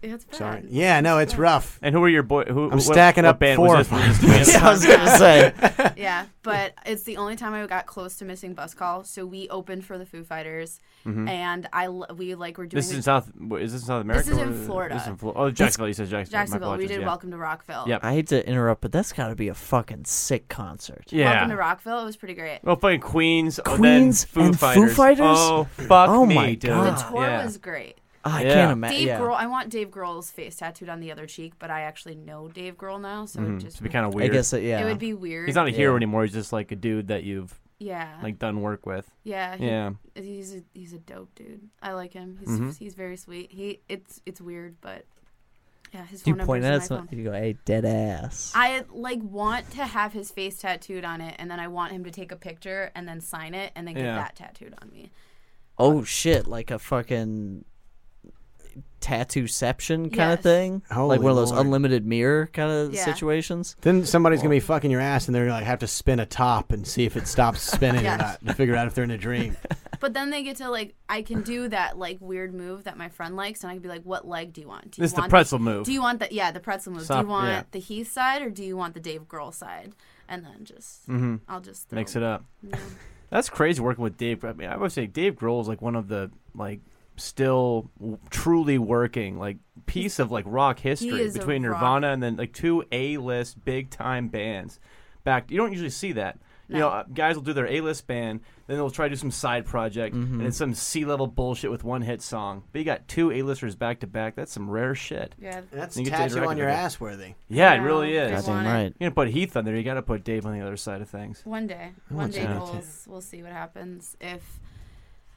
K: It's bad.
I: Sorry. Yeah, no, it's rough.
L: And who are your boy? Who
I: I'm stacking up
L: band
I: four
L: was
I: or
L: this?
I: five.
L: this
I: Yeah, I was
L: band?
I: gonna say.
K: yeah, but it's the only time I got close to missing bus call. So we opened for the Foo Fighters,
L: Mhm.
K: and I l- we like were doing
L: This is in South. wh- Is this in South America?
K: This is
L: or
K: in Florida.
L: This is in Florida. Oh, Jacksonville. You said Jacksonville. My
K: Jacksonville. We
L: apologies,
K: did
L: yeah.
K: Welcome to Rockville.
L: Yep.
M: I hate to interrupt, but that's got to be a fucking sick concert.
K: Welcome to Rockville. It was pretty great.
L: Well, fucking Queens, oh,
M: Queens
L: then Foo
M: and Foo
L: Fighters.
M: Fighters?
L: Oh, fuck
M: Oh
L: me,
M: my
L: dude.
M: God.
K: The tour
L: Ah, yeah.
K: was great.
M: Ah, I
L: Yeah.
M: can't imagine.
K: Dave
M: yeah.
K: Grohl. I want Dave Grohl's face tattooed on the other cheek, but I actually know Dave Grohl now, so
L: Mhm.
K: it just
L: It'd be kind of
M: I
L: weird.
M: guess it- yeah.
K: It would be weird.
L: He's not a
K: Yeah.
L: hero anymore. He's just like a dude that you've
K: Yeah.
L: like done work with.
K: Yeah, he-
L: yeah.
K: He's a, he's a dope dude. I like him. He's
M: Mm-hmm.
L: Mhm.
K: he's very sweet. He it's it's weird, but yeah, his
M: you
K: phone number
M: point
K: is
M: at
K: in
M: it,
K: my
M: it's not-
K: phone.
M: you go, "Hey, dead ass."
K: I like want to have his face tattooed on it, and then I want him to take a picture and then sign it, and then get
M: Yeah.
K: that tattooed on me.
M: oh shit! Like a fucking tattooception kind
K: Yes.
M: of thing,
I: Holy
M: like one of those
I: Lord.
M: unlimited mirror kind of
K: Yeah.
M: situations.
I: Then somebody's gonna be fucking your ass, and they're gonna like have to spin a top and see if it stops spinning
K: Yes.
I: or not to figure out if they're in a dream.
K: But then they get to like, I can do that like weird move that my friend likes, and I can be like, "What leg do you want? Do you
L: This is the
K: want
L: pretzel move.
K: Do you want the yeah the pretzel move? do
L: Soft-
K: you want
L: yeah.
K: the Heath side or do you want the Dave Grohl side? And then just
L: Mhm.
K: I'll just
L: mix
K: throw-
L: it up.
K: Yeah.
L: That's crazy working with Dave. I mean, I would say Dave Grohl is like one of the like still w- truly working like piece of like rock
K: he
L: history
K: is a
L: between
K: rock-
L: Nirvana and then like two A list big time bands. Back you don't usually see that. You know, uh, guys will do their A list band, then they'll try to do some side project,
M: Mhm.
L: and it's some C level bullshit with one hit song. But you got two A listers back to back. That's some rare shit.
K: Yeah.
I: That's
L: You get to
I: tattoo
L: interact
I: on
L: with
I: your
L: it.
I: ass worthy.
L: Yeah, it
I: Yeah,
L: really
I: they
L: is.
K: want it.
M: right.
L: You gotta put Heath on there. You gotta put Dave on the other side of things.
K: One day,
L: I
K: one
L: want
K: day
L: that.
K: we'll we'll see what happens. If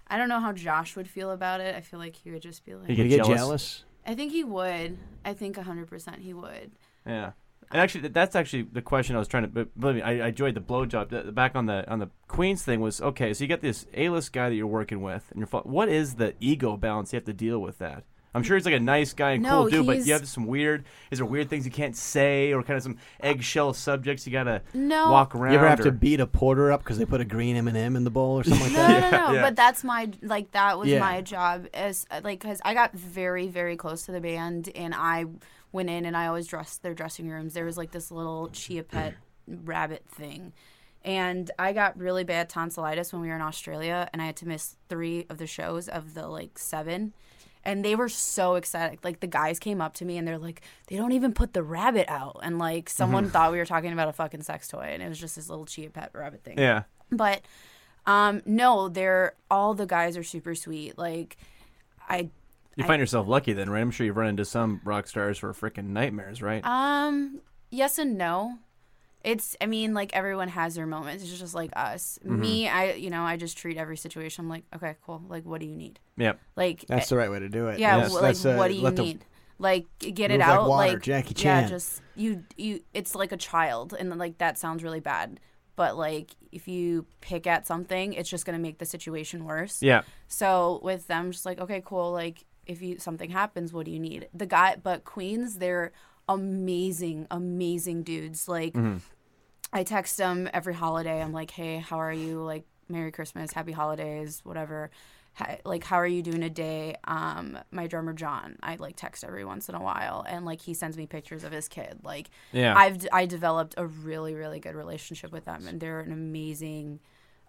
K: I don't know how Josh would feel about it, I feel like he would just be like,
L: You get
I: You get
L: jealous?
I: jealous?
K: I think he would. I think hundred percent he would.
L: Yeah. And actually, th- that's actually the question I was trying to. But believe me, I, I enjoyed the blowjob. The- the- Back on the on the Queens thing was okay. So you got this A-list guy that you're working with, and you're. fo- What is the ego balance you have to deal with that? I'm sure he's like a nice guy and
K: No,
L: cool dude, but
K: he's-
L: you have some weird. Is there weird things you can't say, or kind of some eggshell subjects you gotta
K: No.
L: walk around?
I: You ever have
L: or-
I: to beat a porter up because they put a green M and M in the bowl or something like
K: No,
I: that?
K: no, no. But that's my like that was
I: Yeah.
K: my job as like because I got very very close to the band and I went in and I always dressed their dressing rooms. There was like this little chia pet rabbit thing. And I got really bad tonsillitis when we were in Australia, and I had to miss three of the shows of the like seven. And they were so ecstatic. Like the guys came up to me and they're like, they don't even put the rabbit out. And like someone
L: Mhm.
K: thought we were talking about a fucking sex toy, and it was just this little chia pet rabbit thing.
L: Yeah.
K: But um no, they're all the guys are super sweet. Like I
L: You find yourself lucky then, right? I'm sure you've run into some rock stars who are freaking nightmares, right?
K: um yes and no. It's I mean like everyone has their moments. It's just like us. Me, I you know, I just treat every situation like okay, cool. Like what do you need?
L: Yep.
K: Like
I: That's the
K: eh,
I: right way to do it.
K: Yeah,
I: Yes.
K: wh- like
I: That's, uh,
K: what do you
I: let the-
K: need? like
I: Move
K: get it
I: like
K: out
I: water,
K: like
I: Jackie
K: yeah
I: Chan.
K: just you you it's like a child and then, like that sounds really bad but like if you pick at something it's just going to make the situation worse
L: Yeah.
K: so with them just like okay cool like if you something happens what do you need the guy but queens they're amazing amazing dudes like
L: Mhm.
K: I text them every holiday. I'm like, hey, how are you? Like, Merry Christmas, Happy Holidays, whatever. Ha- like, how are you doing today? Um, my drummer John, I like text every once in a while, and like he sends me pictures of his kid. Like,
L: Yeah.
K: I've d- I developed a really really good relationship with them, and they're an amazing,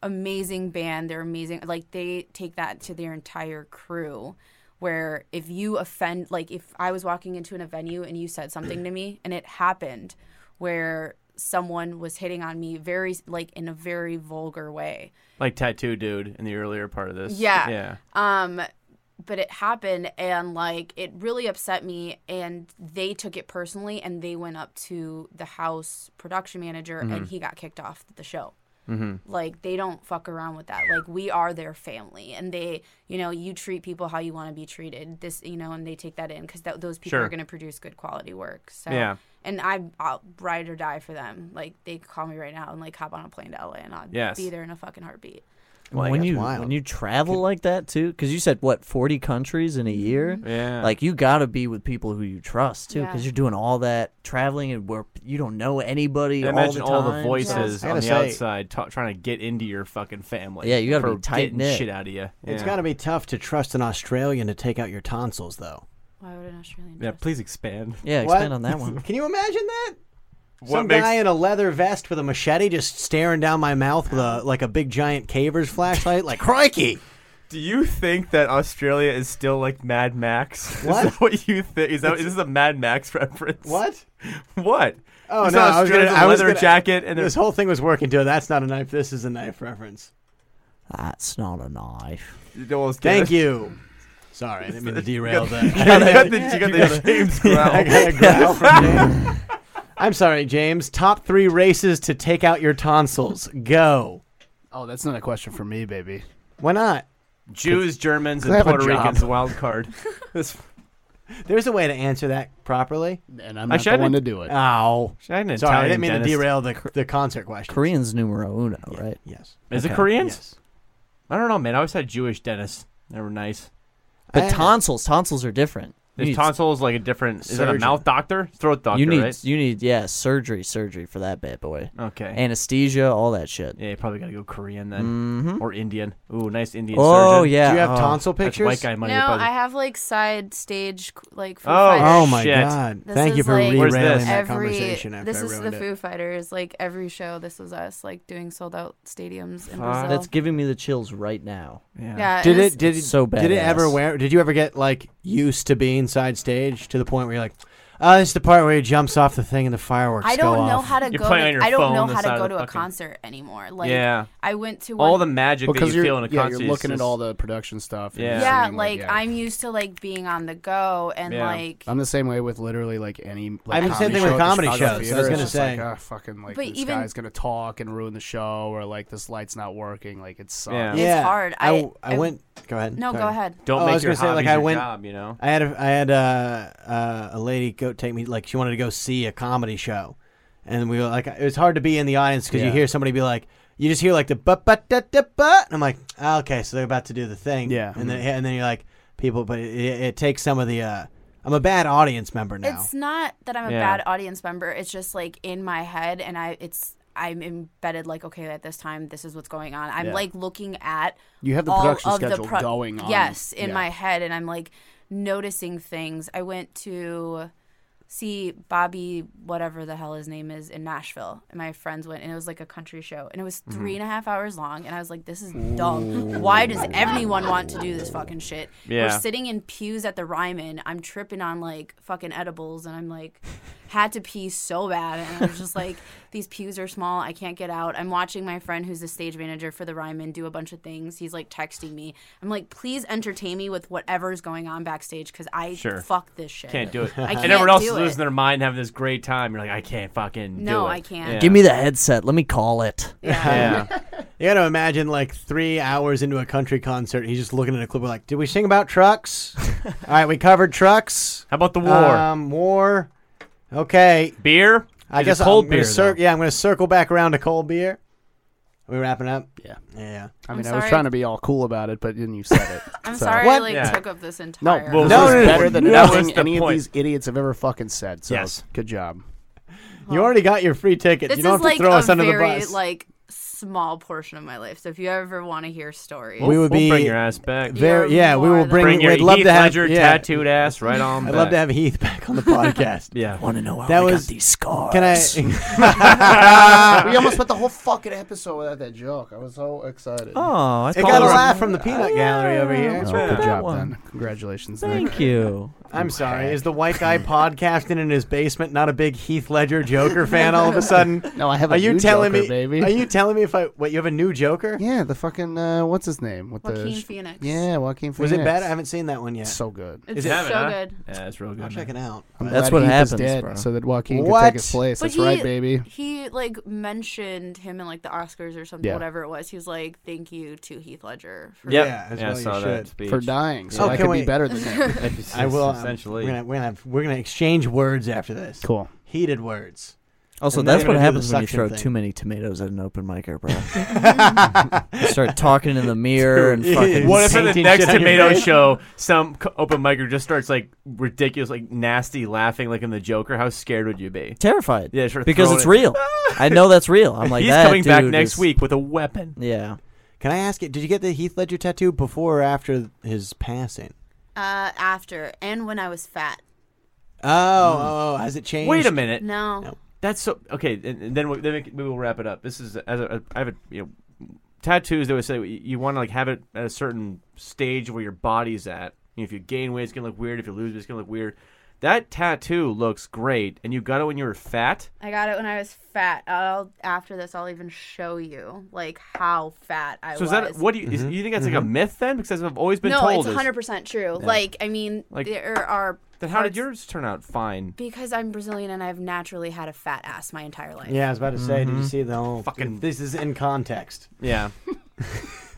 K: amazing band. They're amazing. Like they take that to their entire crew. Where if you offend, like if I was walking into an- a venue and you said something to me, and it happened, where someone was hitting on me very like in a very vulgar way.
L: Like tattoo dude in the earlier part of this.
K: Yeah.
L: Yeah.
K: Um, but it happened, and like it really upset me, and they took it personally, and they went up to the house production manager, and
L: Mhm.
K: he got kicked off the show.
L: Mhm.
K: Like they don't fuck around with that. Like we are their family, and they, you know, you treat people how you want to be treated. This, you know, and they take that in because those people
L: Sure.
K: are going to produce good quality work. So
L: Yeah.
K: and I, I'll ride or die for them. Like they could call me right now and like hop on a plane to LA, and I'll
M: Yes.
K: be there in a fucking heartbeat.
M: And when you when you travel like that too, because you said what forty countries in a year,
L: yeah,
M: like you got to be with people who you trust too,
L: Yeah.
M: because you're doing all that traveling and where you don't know anybody.
L: And
M: all
L: imagine
M: the
L: all
M: time,
L: the
M: so-
L: voices on the outside ta trying to get into your fucking family.
M: Yeah, you gotta
L: for
M: be tight-knit.
L: getting shit out of you.
I: It's
L: Yeah.
I: got to be tough to trust an Australian to take out your tonsils, though.
K: Why would an Australian?
P: Yeah, please expand.
M: Yeah,
I: What?
M: expand on that one.
I: Can you imagine that?
P: What
I: Some
P: makes-
I: guy in a leather vest with a machete just staring down my mouth with a like a big giant caver's flashlight. Like crikey!
L: Do you think that Australia is still like Mad Max?
I: What?
L: Is that what you think? Is that is this a Mad Max reference?
I: What?
L: What?
I: Oh
L: It's
I: no!
L: not
I: I was gonna,
L: Australia, it's a
I: I was
L: leather
I: gonna-
L: jacket and
I: this
L: there's
I: whole thing was working to it. That's not a knife. This is a knife reference.
M: That's not a knife.
I: Thank you. Sorry, I didn't mean to derail
M: You got-
I: that.
M: you got the- you got the James growl.
I: I got a growl from James. I'm sorry, James. Top three races to take out your tonsils. Go.
E: Oh, that's not a question for me, baby.
I: Why not?
L: Jews, Germans,
I: 'Cause
L: and
I: I have a
L: Puerto
I: job.
L: Ricans. Wild card.
I: There's a way to answer that properly,
E: and I'm I not the shouldn't- one to do it.
I: Ow!
L: Should I had an
I: Sorry, I
L: Italian
I: didn't mean
L: dentist.
I: to derail the the concert question.
M: Koreans numero uno, right?
I: Yes.
L: Is it
M: Okay.
L: Koreans? I don't know, man. I always had Jewish dentists. They were nice.
M: But tonsils, tonsils are different. You
L: Is
M: need-
L: tonsils like a different? Is that a
M: Surgeon.
L: mouth doctor? Throat doctor,
M: you need,
L: right?
M: you need, yeah, surgery, surgery for that bad boy.
L: Okay.
M: Anesthesia, all that shit.
L: Yeah, you probably gotta go Korean then, or Indian. Ooh, nice Indian
M: Mm-hmm. Oh,
L: surgeon.
M: yeah. Do you have
L: Oh,
M: tonsil
L: that's
M: pictures?
L: White guy money.
K: no,
L: deposit.
K: I have like side stage like. Foo
L: Oh,
K: Fighters.
L: oh my Shit. God.
K: This
I: Thank you
K: is,
I: for
K: like,
I: rerailing that
K: every-
I: conversation after
K: This
I: I
K: is the
I: ruined it.
K: Foo Fighters. Like every show, this was us like doing sold out stadiums in Brazil.
M: That's giving me the chills right now.
K: Yeah,
I: Did
K: it
I: it? Did it?
M: so bad?
I: Did it ever wear? Did you ever get like used to being side stage to the point where you're like, oh, this is the part where he jumps off the thing and the fireworks
K: I
I: go
K: don't know
I: off."
K: how to go. To, I don't know how to go to a concert anymore. Like
I: Yeah.
K: I went to
L: All
K: one-
L: the magic
E: Well,
L: that
E: 'cause
L: you
E: you're-
L: feel in a
E: yeah, you're
L: concert. is
E: looking at
L: just-
E: all the production stuff and
L: Yeah.
K: Yeah,
E: seeing,
K: like
E: yeah.
K: I'm used to like being on the go and
E: Yeah.
K: like.
I: Um,
E: I'm the same way with literally like any. Like,
I: I'm the same
E: comedy
I: thing
E: show at
I: with
E: the
I: comedy
E: Chicago
I: shows, I was
E: Theater. It's
I: gonna
E: just
I: say.
E: like, ah, fucking like
K: But
E: this
K: even-
E: guy's gonna talk and ruin the show, or like this light's not working. Like it sucks.
I: Yeah.
K: It's hard. I-
I: I, I
K: I-
I: went. Go ahead.
K: No, go
I: Sorry.
K: ahead.
L: Don't
I: Oh,
L: make
I: I was
L: your
I: gonna say like
L: hobbies
I: I
L: your
I: went.
L: job, you know?
I: I had a, I had a, uh, a lady go take me like she wanted to go see a comedy show, and we were like it was hard to be in the audience because
E: Yeah.
I: you hear somebody be like you just hear like the but but da da but and I'm like "Ah, okay so they're about to do the thing
E: Yeah. mm-hmm.
I: and then and then you're like people but it, it, it takes some of the uh, I'm a bad audience member now.
K: It's not that I'm a
I: Yeah.
K: bad audience member. It's just like in my head, and I it's I'm embedded like okay at this time this is what's going on. I'm
E: Yeah.
K: like looking at
E: You have the
K: all
E: production
K: of the
E: schedule
K: pro-
E: going on.
K: Yes, in
E: Yeah.
K: my head, and I'm like noticing things. I went to see Bobby whatever the hell his name is in Nashville, and my friends went, and it was like a country show, and it was
E: Mm-hmm.
K: three
Q: Mhm.
K: and a half hours long, and I was like, this is dumb. Why does everyone want to do this fucking shit?
Q: Yeah.
K: We're sitting in pews at the Ryman. I'm tripping on like fucking edibles, and I'm like, had to pee so bad, and I was just like, these pews are small. I can't get out. I'm watching my friend who's the stage manager for the Ryman do a bunch of things. He's like texting me. I'm like, please entertain me with whatever's going on backstage because I
L: Sure.
K: fuck this shit.
L: Can't do it.
K: I can't
L: and everyone else
K: do
L: is
K: it.
L: losing their mind, having this great time. You're like, I can't fucking do
K: No,
L: it.
K: I can't.
L: Yeah.
M: Give me the headset. Let me call it.
I: you got to imagine like three hours into a country concert, he's just looking at a clipboard like, "Did we sing about trucks? All right, we covered trucks.
L: How about the war?
I: Um, war. Okay.
L: Beer.
I: I
L: Is it
I: guess
L: cold
I: I'm gonna
L: beer,
I: cir- yeah, I'm going to circle back around to cold beer. Are we wrapping up?
E: Yeah.
I: Yeah.
E: I mean, I was trying to be all cool about it, but then you said it.
K: I'm
E: So-
K: sorry I like took up this
E: No,
K: entire.
E: this
I: Well,
E: was
I: no, no, no,
E: better than
I: no. That was
E: nothing
I: the
E: any
I: point.
E: of these idiots have ever fucking said. So
I: Yes.
E: good job.
I: You already got your free ticket.
K: This
I: you don't
K: is
I: have to
K: like
I: throw
K: a
I: us under the
K: very
I: bus.
K: like small portion of my life. So if you ever want to hear stories,
I: we would
L: we'll
I: be
L: bring your ass back.
I: Very,
K: um,
L: You're
I: yeah, we
L: more
I: will
L: than-
I: bring.
L: Bring your
I: we'd love
L: Heath
I: to have
L: Ledger
I: yeah.
L: tattooed ass right on
I: I'd love
L: back.
I: to have Heath back on the podcast.
L: Yeah.
M: Want to know
I: how that we was, got these
M: scars?
I: Can
E: Uh,
I: I?
O: we almost put the whole fucking episode without that joke. I was so excited.
M: Oh, I
I: it got a
M: thought-
I: laugh from the peanut gallery over here.
E: Oh,
I: Yeah.
E: good job, then. Congratulations. Nick.
M: Thank you.
I: I'm sorry. Is the white guy podcasting in his basement not a big Heath Ledger Joker fan all of a sudden?
E: No, I have a
I: Are you
E: new
I: telling
E: Joker,
I: me,
E: baby.
I: Are you telling me if I what you have a new Joker?
E: Yeah, the fucking uh, what's his name? With
I: Joaquin
E: the sh-
I: Phoenix.
E: Yeah, Joaquin Phoenix.
I: Was it bad? I haven't seen that one yet.
E: So good.
K: It's so good.
L: Yeah, it's real good.
I: I'll check it out.
E: I'm
M: That's
E: glad
M: what
E: Heath is
M: happens,
E: dead
M: bro.
E: So that Joaquin can
M: What?
E: take his place.
K: But
E: That's
K: he,
E: right, baby.
K: He like mentioned him in like the Oscars or something,
E: Yeah.
K: whatever it was. He was like, "Thank you to Heath Ledger." For
L: Yep.
I: Yeah, as
L: Yeah, I
I: well you
L: saw that
I: should.
L: speech.
E: For dying, so
I: Oh,
E: I
I: can
E: could be
I: we-
E: better than him.
I: I will. um,
L: Essentially.
I: we're gonna, we're gonna have- we're gonna exchange words after this.
E: Cool.
I: Heated words.
M: Also,
I: And then
M: that's
I: we're
M: what
I: gonna do the
M: happens when you
I: suction
M: throw
I: thing.
M: too many tomatoes at an open micer,
I: Mm.
M: bro. you start talking in the mirror and fucking.
L: What if at the
M: painting
L: next
M: shit on your
L: tomato
M: face?
L: show, some c- open micer just starts like ridiculous, like nasty laughing, like in the Joker? How scared would you be?
M: Terrified.
L: Yeah, sure.
M: Because
L: throwing
M: it's
L: it-
M: real. I know that's real. I'm like
L: he's
M: that
L: coming back
M: dude
L: next
M: is-
L: week with a weapon.
M: Yeah.
I: Can I ask it? Did you get the Heath Ledger tattoo before or after his passing?
K: Uh, after and when I was fat.
I: Oh, oh, oh, has it changed?
L: Wait a minute.
K: No.
L: That's so okay. And, and then we, then we, can- we will wrap it up. This is as a, I have a you know tattoos. They always say you, you want to like have it at a certain stage where your body's at. You know, if you gain weight, it's gonna look weird. If you lose, weight, it's gonna look weird. That tattoo looks great, and you got it when you were fat.
K: I got it when I was fat. I'll after this I'll even show you like how fat I
L: so is
K: was.
L: that what do you is, you think that's like a myth then? Because I've always been
K: no,
L: told.
K: it's
L: is-
K: 100 percent true.
L: Yeah.
K: Like I mean,
L: Like-
K: there are
L: Then how did
K: parts-
L: yours turn out fine?
K: because I'm Brazilian and I've naturally had a fat ass my entire life.
I: Yeah, I was about to say. Did you
L: Mhm.
I: see the whole fucking? This is in context.
L: Yeah.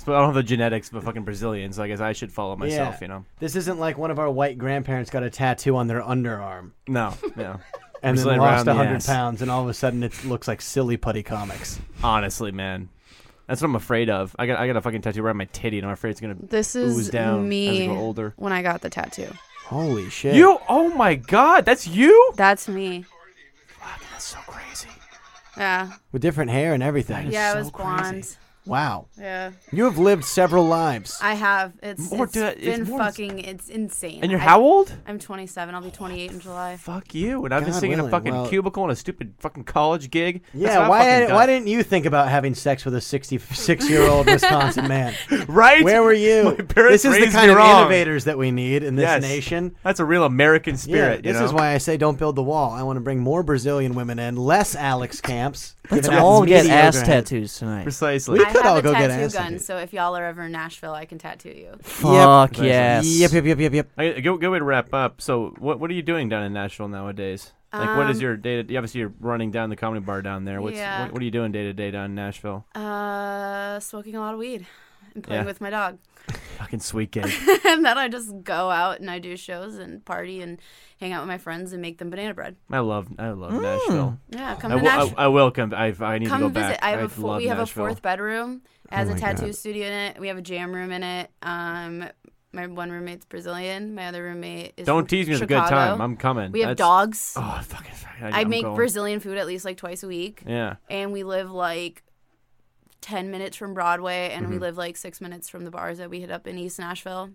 L: so I don't have the genetics of a fucking Brazilian, so I guess I should follow myself. You know.
I: This isn't like one of our white grandparents got a tattoo on their underarm.
L: No, no.
I: And then
L: Brazilian
I: lost
L: round the
I: 100
L: ass.
I: pounds, and all of a sudden it looks like silly putty comics.
L: Honestly, man. That's what I'm afraid of. I got I got a fucking tattoo right on my titty, and I'm afraid it's gonna
K: This
L: ooze
K: is
L: down as I
K: me
L: grow older.
K: when I got the tattoo.
I: Holy shit!
L: You? Oh my god, that's you?
K: That's me.
L: that's so crazy.
K: Yeah.
I: With different hair and everything.
K: Yeah, it was blonde.
I: Wow.
K: Yeah.
I: You have lived several lives.
K: I have. It's,
L: More
K: it's
L: to- it's
K: been
L: more-
K: fucking. It's insane.
L: And you're
K: I-
L: how old?
K: I'm 27. I'll be 28 in July.
L: Fuck you. And I've been
I: Oh God
L: sitting in a
I: willing,
L: fucking
I: well-
L: cubicle in a stupid fucking college gig. That's what
I: Yeah,
L: I've
I: why
L: fucking
I: didn't,
L: done.
I: why didn't you think about having sex with a 66 year old Wisconsin man?
L: Right?
I: Where were you?
L: parents
I: This is the
L: raised
I: kind
L: me
I: of
L: wrong.
I: innovators that we need in this
L: Yes.
I: nation.
L: That's a real American
I: Yeah,
L: spirit. you
I: this
L: know?
I: is why I say don't build the wall. I want to bring more Brazilian women in, less Alex Camps.
M: Let's
I: giving out
M: all get
I: mediocre
M: ass
I: head.
M: tattoos tonight.
L: Precisely.
I: We
K: I
I: could
K: have
I: all
K: a
I: go
K: tattoo
I: get ass
K: gun,
I: tattoos.
K: so if y'all are ever in Nashville, I can tattoo you.
M: Fuck
L: Yep.
M: yes.
I: Yep, yep, yep, yep, yep.
L: I, go go way to wrap up. So what what are you doing down in Nashville nowadays? Like what is
K: Um,
L: your day to obviously you're running down the comedy bar down there. What's
K: Yeah.
L: what, what are you doing day to day down in Nashville?
K: Uh, smoking a lot of weed and playing
L: Yeah.
K: with my dog.
L: Fucking sweet gig.
K: and then I just go out and I do shows and party and hang out with my friends and make them banana bread.
L: I love I love Nashville.
K: Yeah, come
L: I
K: to
L: will- I-
K: Nashville.
L: I will come. I I need
K: Come
L: to go
K: visit.
L: back.
K: I have a
L: I'd
K: fo-
L: love
K: we have
L: Nashville.
K: a fourth bedroom. It
L: Oh
K: has a
L: my
K: tattoo
L: God.
K: studio in it. We have a jam room in it. Um, my one roommate's Brazilian. My other roommate is
L: Don't
K: from
L: tease me with a good
K: Chicago.
L: time. I'm coming.
K: We have
L: That's-
K: dogs.
L: Oh, fucking- I-
K: I
L: I'm
K: make
L: going.
K: Brazilian food at least like twice a week.
L: Yeah.
K: and we live like. 10 minutes from Broadway, and we
L: Mm-hmm.
I: Mhm.
K: live like six minutes from the bars that we hit up in East Nashville.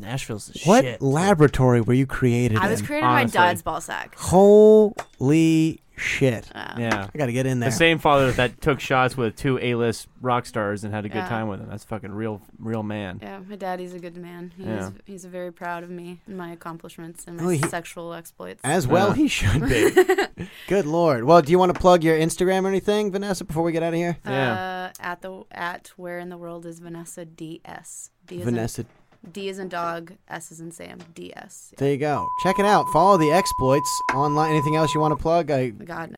M: Nashville's the
I: What
M: shit.
I: laboratory were you created
K: I was
I: in?
K: created by Dodds ball sack.
I: Holy shit.
K: Oh.
L: Yeah.
I: I got to get in there.
L: The same father that took shots with two A-list rock stars and had a good
K: Yeah.
L: time with them. That's fucking real real man.
K: Yeah, my daddy's a good man. He's,
L: Yeah.
K: he's very proud of me and my accomplishments and my
I: Oh, he-
K: sexual exploits.
I: As well, he should be. Good lord. Well, do you want to plug your Instagram or anything, Vanessa, before we get out of here?
K: Uh, at the at where in the world is Vanessa DS? D is
I: Vanessa.
K: In, D is in dog. S is in Sam. DS.
I: There you go. Check it out. Follow the exploits online. Anything else you want to plug? I,
K: God.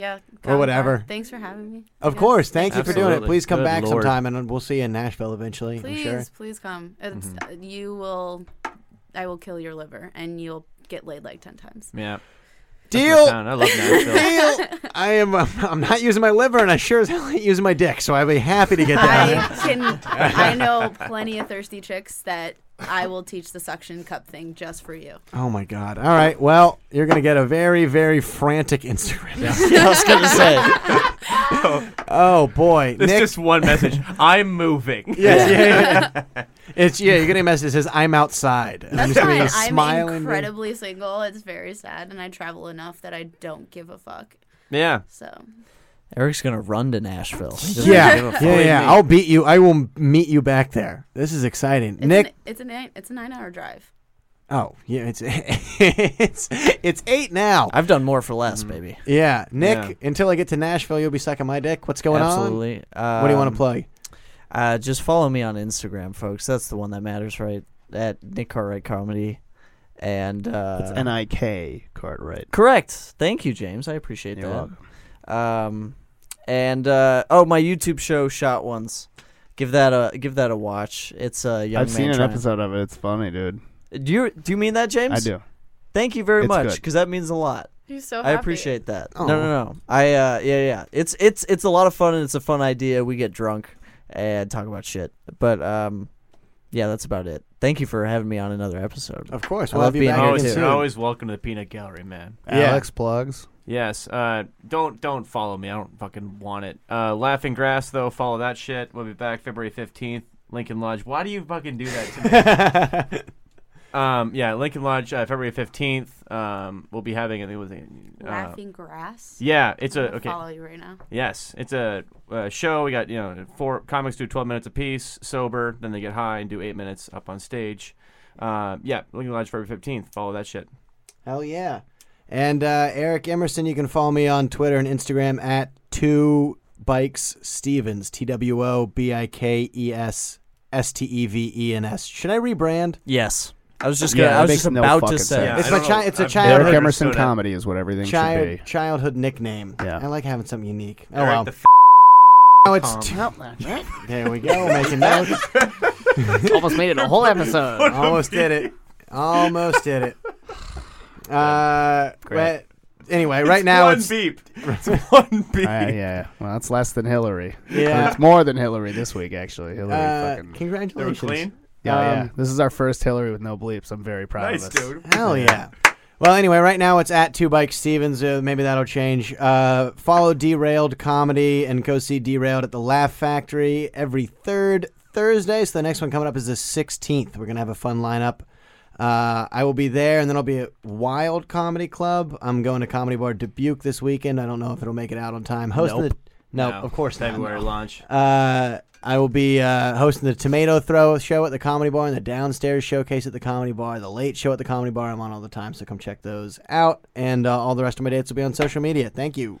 K: Yeah.
I: Or
K: Colin
I: whatever.
K: Farr, Thanks for having me.
I: Of
K: Yeah.
I: course. Thank you for doing it.
L: Absolutely.
I: Please come
L: Good
I: back
L: lord.
I: sometime, and we'll see you in Nashville eventually.
K: Please,
I: I'm sure. Mm-hmm.
K: please come. It's, uh, you will. I will kill your liver, and you'll get laid like ten times.
L: Yeah.
I: Deal.
L: town. I love Nashville.
I: Deal. I am. um, I'm not using my liver, and I sure as hell ain't using my dick. So I'd be happy to get down.
K: I
I: there.
K: can. I know plenty of thirsty chicks that I will teach the suction cup thing just for you.
I: Oh my god. All right. Well, you're gonna get a very, very frantic Instagram.
L: Yeah, I was gonna say.
I: oh boy.
L: It's
I: Nick.
L: just one message. I'm moving.
I: Yes, yeah, yeah. It's yeah. You're getting a message that says "I'm outside." And
K: That's
I: I'm just gonna
K: fine.
I: be
K: I'm
I: smiling.
K: incredibly single. It's very sad, and I travel enough that I don't give a fuck.
L: Yeah.
K: So
M: Eric's gonna run to Nashville. He doesn't give a
I: Yeah,
M: fuck.
I: yeah, yeah. I'll beat you. I will meet you back there. This is exciting,
K: it's
I: Nick.
K: an, it's a nine it's a nine hour drive.
I: Oh yeah, it's it's it's eight now.
M: I've done more for less, baby.
I: Yeah, Nick.
M: Yeah.
I: Until I get to Nashville, you'll be sucking my dick. What's going
M: Absolutely.
I: on? what do you want
M: Um,
I: to plug?
M: Uh, just follow me on Instagram, folks. That's the one that matters, right? At Nick Cartwright Comedy. And uh,
E: It's N I K Cartwright.
M: Correct. Thank you, James. I appreciate
E: You're
M: that. Um, and uh, oh, my YouTube show, Shot Ones. Give that a give that a watch. It's a young
P: I've
M: man
P: seen an
M: trying-
P: episode of it. It's funny, dude.
M: Do you do you mean that, James?
P: I do.
M: Thank you very
P: It's
M: much,
P: good.
M: because that means a lot.
K: He's so
M: I
K: happy.
M: appreciate that.
P: Aw.
M: No, no, no. I uh, yeah, yeah. It's it's it's a lot of fun and it's a fun idea. We get drunk and talk about shit. But um, yeah, that's about it. Thank you for having me on another episode.
I: Of course,
M: I love being here
L: always,
M: too.
L: you're always welcome to the peanut gallery, man.
P: Alex plugs.
L: Yes. Uh, don't don't follow me. I don't fucking want it. Uh, Laughing Grass though. Follow that shit. We'll be back February fifteenth. Lincoln Lodge. Why do you fucking do that to me? Um, yeah, Lincoln Lodge, uh, February fifteenth. Um, we'll be having. I think it was uh,
K: Laughing Grass?
L: Yeah, it's
K: I'm
L: a
K: gonna
L: okay.
K: follow you right now.
L: Yes, it's a, uh show. We got you know four comics do twelve minutes apiece, sober. Then they get high and do eight minutes up on stage. Uh, yeah, Lincoln Lodge February fifteenth. Follow that shit.
I: Hell yeah. And uh, Eric Emerson, you can follow me on Twitter and Instagram at two bikes Stevens T W O B I K E S S T E V E N S. Should I rebrand?
M: Yes. I was just gonna. I was just about to say.
I: it's my chi- it's a childhood.
P: Eric Emerson comedy is what everything
I: Child-
P: should be.
I: Childhood nickname. Yeah. I like having something unique. Oh
P: Eric
I: well.
P: the f-
I: now it's
P: Tom.
I: two-
E: Right?
I: there we go. Making notes.
E: Almost made it a whole episode.
I: Almost did it. Almost did it. Uh,
P: Great.
I: but anyway, right now it's
L: beep. It's one beep.
P: Ah, yeah, well, that's less than Hillary.
I: Yeah.
P: it's more than Hillary this week, actually. Hillary
I: Uh,
P: fucking.
I: congratulations. They were clean?
P: Yeah, yeah.
I: Um,
P: This is our first Hillary with no bleeps. I'm very proud
I: Nice,
P: of us.
I: dude. Hell yeah. Well, anyway, right now it's at Two Bike Stevens. Uh, maybe that'll change. Uh, follow Derailed Comedy and go see Derailed at the Laugh Factory every third Thursday. So the next one coming up is the 16th. We're going to have a fun lineup. Uh, I will be there, and then I'll be at Wild Comedy Club. I'm going to Comedy Bar Dubuque this weekend. I don't know if it'll make it out on time. Hosting
L: Nope.
I: the no,
L: No.
I: of course not.
L: February launch.
I: Uh, I will be uh, hosting the Tomato Throw show at the Comedy Bar and the Downstairs Showcase at the Comedy Bar, the Late Show at the Comedy Bar. I'm on all the time, so come check those out. And uh, all the rest of my dates will be on social media. Thank you.